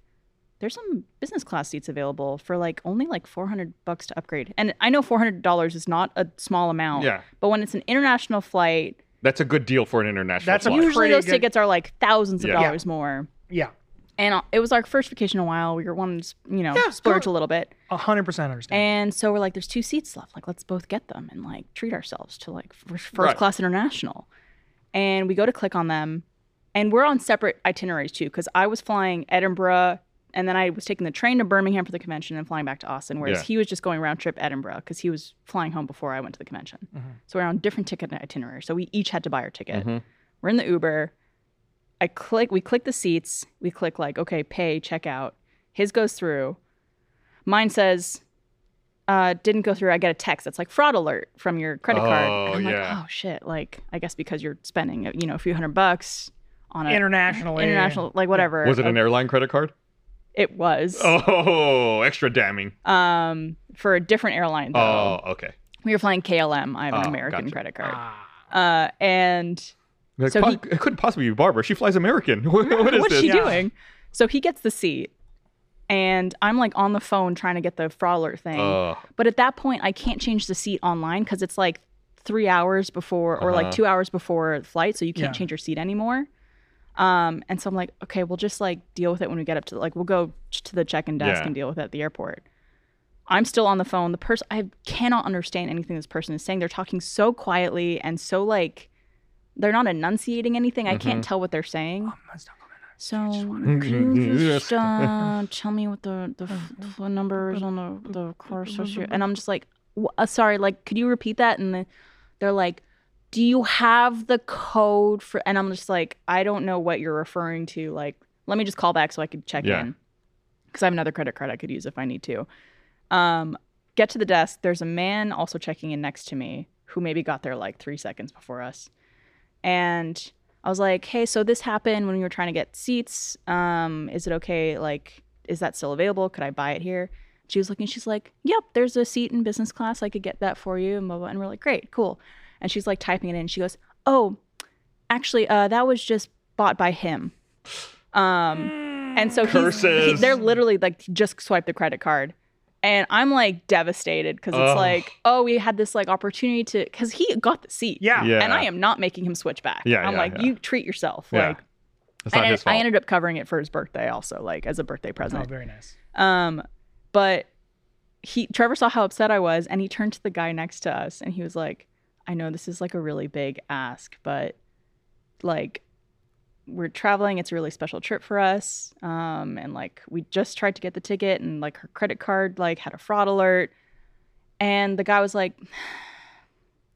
"There's some business class seats available for like only like 400 bucks to upgrade." And I know 400 dollars is not a small amount,
Yeah.
But when it's an international flight,
That's a good deal for an international.
That's a
flight.
usually
pretty
those
good-
tickets are like thousands of
Yeah.
dollars more.
Yeah,
And uh, it was our first vacation in a while. We were wanting to, you know, splurge a little bit.
a hundred percent understand.
And so we're like, there's two seats left. Like, let's both get them and like treat ourselves to like first, first
Right.
class international. And we go to click on them, and we're on separate itineraries too, because I was flying Edinburgh, and then I was taking the train to Birmingham for the convention and flying back to Austin, whereas
Yeah.
he was just going round trip Edinburgh because he was flying home before I went to the convention.
Mm-hmm.
So we're on different ticket itineraries. So we each had to buy our ticket.
Mhm.
We're in the Uber. I click. We click the seats. We click like, okay, pay, check out. His goes through. Mine says, uh, didn't go through, I get a text that's like fraud alert from your credit
Oh,
card. And I'm
yeah.
like, oh shit! Like, I guess because you're spending, you know, a few hundred bucks on a
internationally.
international, like whatever.
Was it
uh,
an airline credit card?
It was
Oh, extra damning.
um, for a different airline. Though.
Oh, okay.
We were flying KLM. I have an
Oh,
American
gotcha.
credit card. Uh, and
Like,
So
po-
he-
it couldn't possibly be Barbara. She flies American. what what is
what's
this?
she
Yeah.
doing? So he gets the seat, and I'm like on the phone trying to get the fraud alert thing.
Oh,
but at that point, I can't change the seat online because it's like three hours before or like
Uh-huh.
two hours before the flight, so you can't
Yeah.
change your seat anymore. Um, and so I'm like, okay, we'll just like deal with it when we get up to like we'll go ch- to the check-in desk
Yeah.
and deal with it at the airport. I'm still on the phone. The person I cannot understand anything this person is saying. They're talking so quietly and so like they're not enunciating anything. I
Mm-hmm.
can't tell what they're saying. So can you just uh, tell me what the the, f- the number is on the the car associate? And I'm just like, "Wh- uh, sorry, like, could you repeat that? And then they're like, do you have the code for? And I'm just like, I don't know what you're referring to. Like, let me just call back so I could check
Yeah.
in because I have another credit card I could use if I need to. Um, get to the desk. There's a man also checking in next to me who maybe got there like three seconds before us. And I was like, hey, so this happened when we were trying to get seats. Um, is it okay? Like, is that still available? Could I buy it here? She was looking, she's like, yep, there's a seat in business class. I could get that for you. And, blah, blah. and we're like, great, cool. And she's like typing it in. She goes, oh, actually, uh, that was just bought by him. Um, and so he's, he,
Curses.
they're literally like just swipe the credit card. And I'm like devastated because it's
Ugh.
like, oh, we had this like opportunity to, because he got the seat.
Yeah.
yeah.
And I am not making him switch back.
Yeah,
I'm
yeah,
like,
yeah.
you treat yourself.
Yeah.
Like,
It's
and
not
I,
his fault.
I ended up covering it for his birthday also, like as a birthday
Oh,
present.
very nice.
Um, but he Trevor saw how upset I was, and he turned to the guy next to us, and he was like, "I know this is like a really big ask, but like." We're traveling. It's a really special trip for us. Um, and like we just tried to get the ticket, and like her credit card like had a fraud alert. And the guy was like,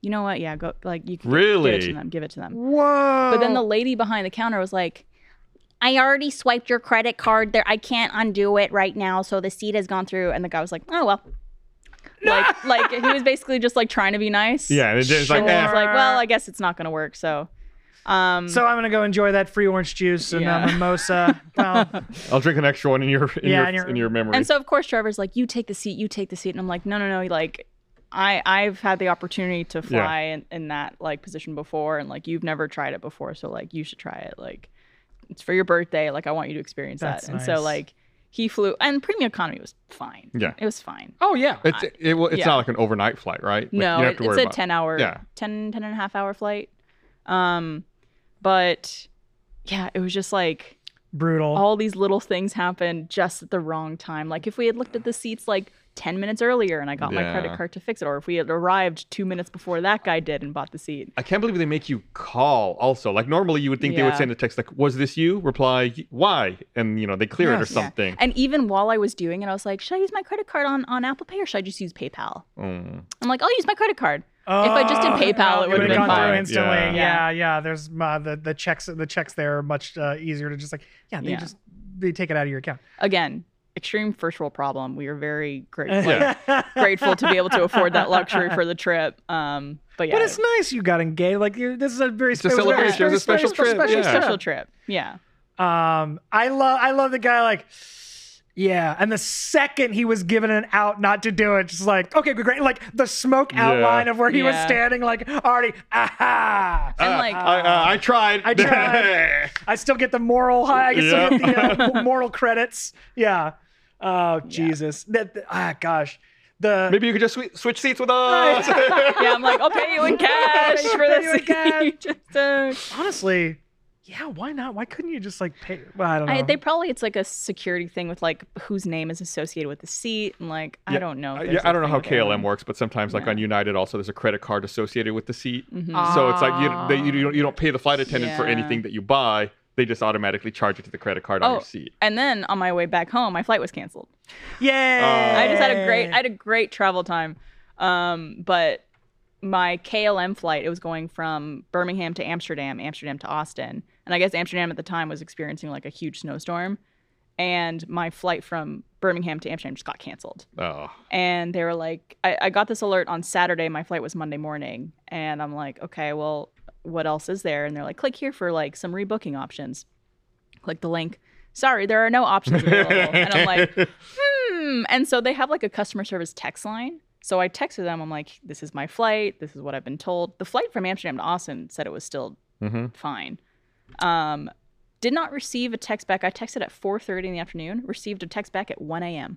"You know what? Yeah, go like you can give it
Really?
to them. Give it to them."
Whoa.
But then the lady behind the counter was like, I already swiped your credit card there. I can't undo it right now. So the seat has gone through. And the guy was like, oh, well. like, like he was basically just like trying to be nice.
Yeah, and it- it's like,
and then
eh.
it's like, well, I guess it's not going to work. So, um,
So I'm gonna go enjoy that free orange juice and
Yeah.
uh, mimosa. Well,
I'll drink an extra one in your in,
Yeah,
your,
in your-
in your memory.
and so of course Trevor's like, you take the seat, you take the seat. And I'm like, no, no, no. Like, I I've had the opportunity to fly in, in that like position before, and like you've never tried it before, so like you should try it. Like, it's for your birthday. Like, I want you to experience
That's
that. And
nice.
so like he flew, and premium economy was fine.
Yeah.
it was fine.
oh yeah.
it's it, well, it's
yeah.
not like an overnight flight, right? Like,
no,
you don't
it, it's a
about-
10 hour,
Yeah.
10, 10 and a half hour flight. Um, but yeah, it was just like
Brutal.
all these little things happened just at the wrong time. Like if we had looked at the seats like 10 minutes earlier and I got my
Yeah.
credit card to fix it, or if we had arrived two minutes before that guy did and bought the seat.
I can't believe they make you call. Also, like normally you would think they would
Yeah.
send a text like, "Was this you?" Reply, "Why?" And you know they clear it or
Yes.
Yeah.
something.
And even while I was doing it, I was like, should I use my credit card on, on Apple Pay or should I just use PayPal?
Mm.
I'm like, I'll use my credit card. if I just did
Oh,
PayPal, it
would've
would have been
gone through
fine.
instantly.
Yeah.
Yeah, yeah. There's uh, the the checks the checks there are much uh, easier to just like yeah they
Yeah.
just they take it out of your account.
Again, extreme first world problem. We are very grateful.
Yeah.
grateful to be able to afford that luxury for the trip. Um, but yeah,
But it's nice you got engaged. Like you this is a very
a
it was very-
celebration. It was a
very
special trip,
Special,
yeah.
special trip. Yeah,
Um, I love I love the guy like yeah, and the second he was given an out not to do it, just like okay, great, like the smoke
Yeah.
outline of where he was
Yeah.
standing, like already, aha!
and
Ah,
like
I, uh, I tried.
I tried. I still get the moral high. I can still get the uh, moral credits. Yeah. Oh Jesus. That, that- ah gosh. The
Maybe you could just swe- switch seats with us.
yeah, I'm like, I'll pay you in cash for
Pay you
this.
in cash.
You just, uh,
honestly, yeah. Why not? Why couldn't you just like pay? Well, I don't know.
I, they probably it's like a security thing with like whose name is associated with the seat, and like I
Yeah,
don't know. if
I-
there's
yeah, I
a
don't know
thing
how
with airline.
KLM works, but sometimes like
Yeah. Mm-hmm.
on United also there's a credit card associated with the seat, so it's like you they, you, don't, you don't pay the flight attendant for
Yeah.
anything that you buy. They just automatically charge it to the credit card on
Oh,
your seat.
and then on my way back home, my flight was canceled.
yeah.
I just had a great I had a great travel time. Um, but my KLM flight, it was going from Birmingham to Amsterdam, Amsterdam to Austin. And I guess Amsterdam at the time was experiencing like a huge snowstorm. and my flight from Birmingham to Amsterdam just got canceled.
Oh,
And they were like, I, I got this alert on Saturday. My flight was Monday morning. And I'm like, okay, well, what else is there? And they're like, click here for like some rebooking options. Click the link. Sorry, there are no options available. and I'm like, hmm. And so they have like a customer service text line. So I texted them. I'm like, this is my flight. This is what I've been told. The flight from Amsterdam to Austin said it was still
hmm
fine. Um, did not receive a text back. I texted at 4:30 in the afternoon. Received a text back at 1 a.m.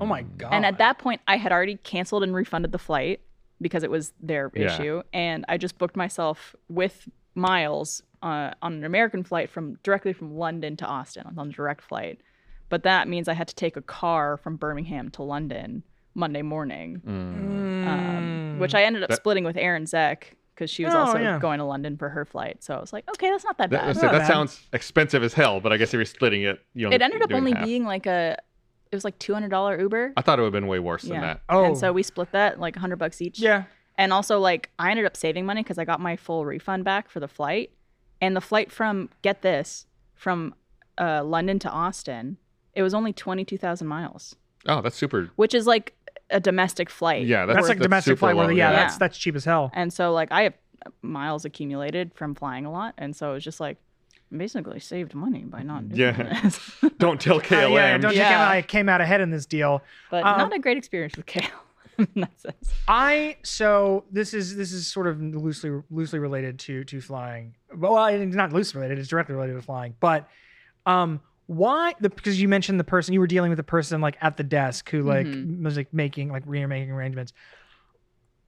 Oh my god.
And at that point, I had already canceled and refunded the flight because it was their
Yeah.
issue, and I just booked myself with Miles uh, on an American flight from directly from London to Austin. I was on a direct flight, but that means I had to take a car from Birmingham to London Monday morning, um, which I ended up
That-
splitting with Erin Zek because she was
Mm. Oh,
also
yeah.
going to London for her flight. So I was like, okay, that's not that
That,
bad.
that's it.
Not
That
bad.
sounds expensive as hell, but I guess if you're splitting it, you know.
it ended up
doing
only
half.
being like a, it was like two hundred dollar Uber.
I thought it would have been way worse than that.
Oh.
And so we split that like hundred bucks each.
yeah.
And also like I ended up saving money because I got my full refund back for the flight, and the flight from get this from uh, London to Austin, it was only twenty two thousand miles,
Oh, that's super.
which is like a domestic flight.
Yeah, that's,
That's like
that's
domestic
super
flight where
low,
yeah,
yeah.
that's that's cheap as hell.
And so like I have miles accumulated from flying a lot, and so it was just like basically saved money by not doing
Yeah.
this.
Don't tell
Uh,
KLM.
yeah, don't you
Yeah.
think I came out ahead in this deal?
but
Um,
not a great experience with Kale. in that sense.
I so this is this is sort of loosely loosely related to to flying. Well, it's not loosely related; it's directly related to flying. But um, why? The, because you mentioned the person you were dealing with, the person like at the desk who like was like making like we are making arrangements.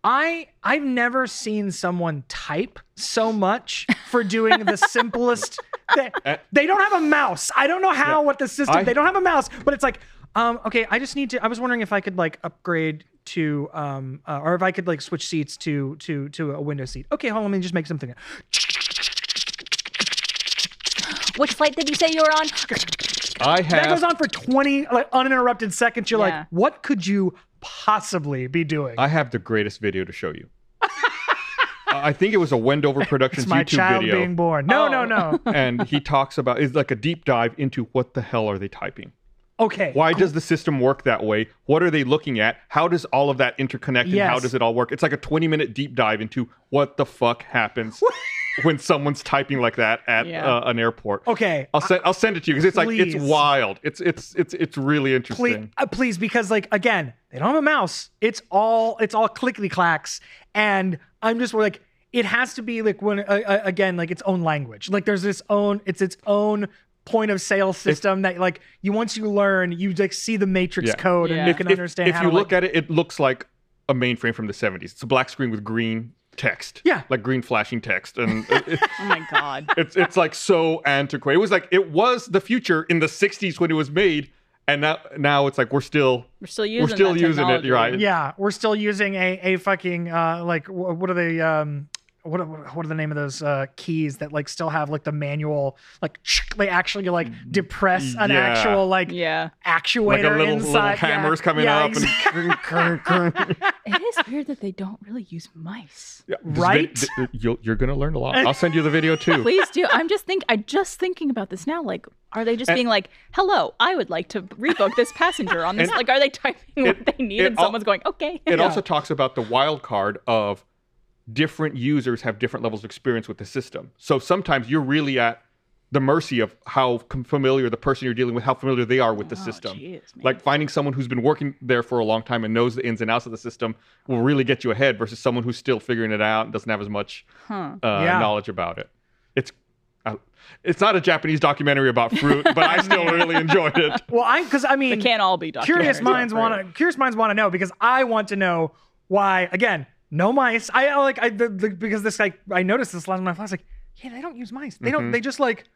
I I've never seen someone type so much for doing the simplest. They, they don't have a mouse. I don't know how what the system.
I-
they don't have a mouse, but it's like, um, okay. I just need to. I was wondering if I could like upgrade to um uh, or if I could like switch seats to to to a window seat. Okay, hold on. Let me just make something.
Which flight did you say you were on?
I
That
have
goes on for twenty like uninterrupted seconds. You're
Yeah.
like, what could you possibly be doing?
I have the greatest video to show you. I I think it was a Wendover Productions
it's my
YouTube
child
video,
being born. No,
Oh.
no, no.
and he talks about it's like a deep dive into what the hell are they typing.
Okay.
Why does the system work that way? What are they looking at? How does all of that interconnect and how
Yes.
does it all work? It's like a 20 minute deep dive into what the fuck happens when someone's typing like that at
Yeah.
uh, an airport.
Okay.
I'll send I'll send it to you because it's like
Please.
it's wild. It's it's it's it's really
please,
interesting.
uh, please, because like again, they don't have a mouse. It's all it's all clickety clacks, and I'm just like it has to be like when uh, uh, again like its own language. Like there's this own it's its own point of sale system that like you once you learn you like see the matrix
Yeah.
code
Yeah.
and you can
If-
understand
If
how
you
to,
look
like,
at it, it looks like a mainframe from the 70s. It's a black screen with green text.
Yeah.
Like green flashing text and it- it-
Oh my god.
it's it's like so antiquated. It was like it was the future in the 60s when it was made and now now it's like we're still
We're still using.
we're still
that
using it,
technology.
you're right.
yeah we're still using a a fucking uh like wh- what are they um what are, what are the name of those uh, keys that like still have like the manual like they actually like depress
Mm-hmm.
an
Yeah.
actual like
Yeah.
actuuator
like a little, little
inside. yeah.
hammers coming
Yeah,
up
exactly.
and krr, krr, krr.
It is weird that they don't really use mice.
Yeah, this
Right?
vid- th- you'll, you're gonna learn a lot. I'll send you the video too.
Please do. I'm just think. I'm just thinking about this now. Like, are they just being like, "Hello, I would like to rebook this passenger on this"? like, are they typing what
it-
they need
it
and
al-
someone's going, "Okay"?
It also talks about the wild card of different users have different levels of experience with the system. So sometimes you're really at the mercy of how com- familiar the person you're dealing with, how familiar they are with the system.
Oh, jeez, man.
like finding someone who's been working there for a long time and knows the ins and outs of the system will really get you ahead versus someone who's still figuring it out and doesn't have as much
Huh.
uh,
Yeah.
knowledge about it. It's I, it's not a Japanese documentary about fruit, but I still really enjoyed it.
Well, I because I mean,
It can't all be doctors.
curious minds want to curious minds want to know because I want to know why. Again, no mice. I I like I the, the, because this like I noticed this last time I was like, yeah, they don't use mice. They
Mm-hmm.
don't. They just like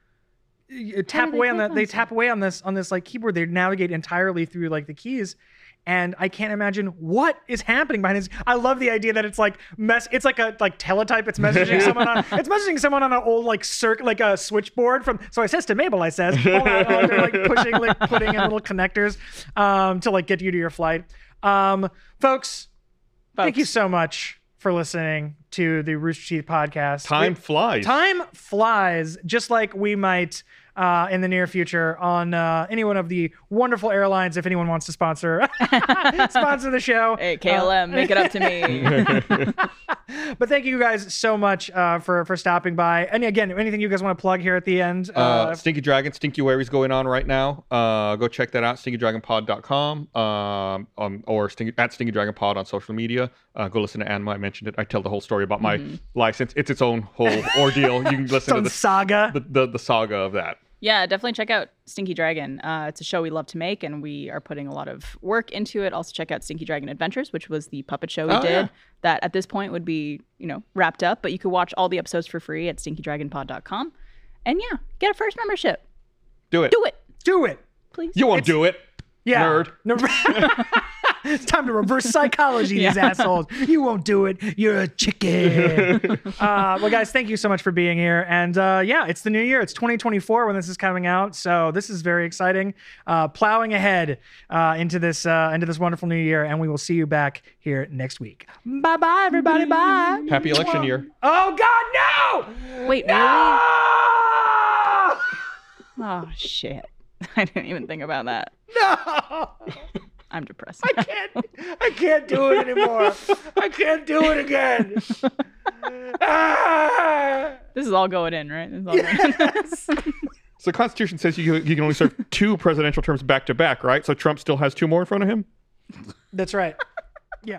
y- y- tap
they
away on
click
the
on
they
stuff?
tap away on this on this like keyboard. They navigate entirely through like the keys. And I can't imagine what is happening behind this. I love the idea that it's like mess. It's like a like teletype. It's messaging someone on. It's messaging someone on an old like circ like a switchboard from. So I says to Mabel, I says, hold on, hold on, they're, like pushing like putting in little connectors um, to like get you to your flight. Um, folks, Thank you so much for listening to the Rooster Teeth podcast.
Time
It-
flies.
time flies, just like we might uh, in the near future on uh, any one of the wonderful airlines. If anyone wants to sponsor sponsor the show,
Hey, KLM, make it up to me.
Uh, but thank you guys so much uh, for for stopping by. And again, anything you guys want to plug here at the end? Uh,
Uh, Stinky Dragon, Stinky Wary's going on right now. Uh, go check that out, stinkydragonpod.com um, um, or stinky, at Stinky Dragon Pod on social media. Uh, go listen to Anima. I mentioned it. I tell the whole story about
Mm-hmm.
my license. It's its own whole ordeal. You can listen to
some
the,
saga.
the, the, the saga of that.
yeah, definitely check out Stinky Dragon. Uh, it's a show we love to make, and we are putting a lot of work into it. Also, check out Stinky Dragon Adventures, which was the puppet show we
Oh,
did.
yeah.
That at this point would be you know wrapped up, but you could watch all the episodes for free at StinkyDragonPod.com. And yeah, get a first membership.
Do it.
Do it,
Do it.
please.
You won't do it.
Yeah.
Nerd.
No- it's time to reverse psychology these assholes. You won't do it. You're a chicken. uh, well, guys, thank you so much for being here. And uh, yeah, it's the new year. It's 2024 when this is coming out. So this is very exciting. Uh, plowing ahead uh, into this uh, into this wonderful new year, and we will see you back here next week. Bye bye, everybody. Bye.
Happy election year.
Oh God, no!
Wait, really?
Ah!
Oh shit! I didn't even think about that.
No!
I'm depressed.
I can't I can't do it anymore. I can't do it again. Ah!
This is all going in, right? This is all going in.
So the Constitution says you, you can only serve two presidential terms back to back, right? So Trump still has two more in front of him?
That's right. Yeah.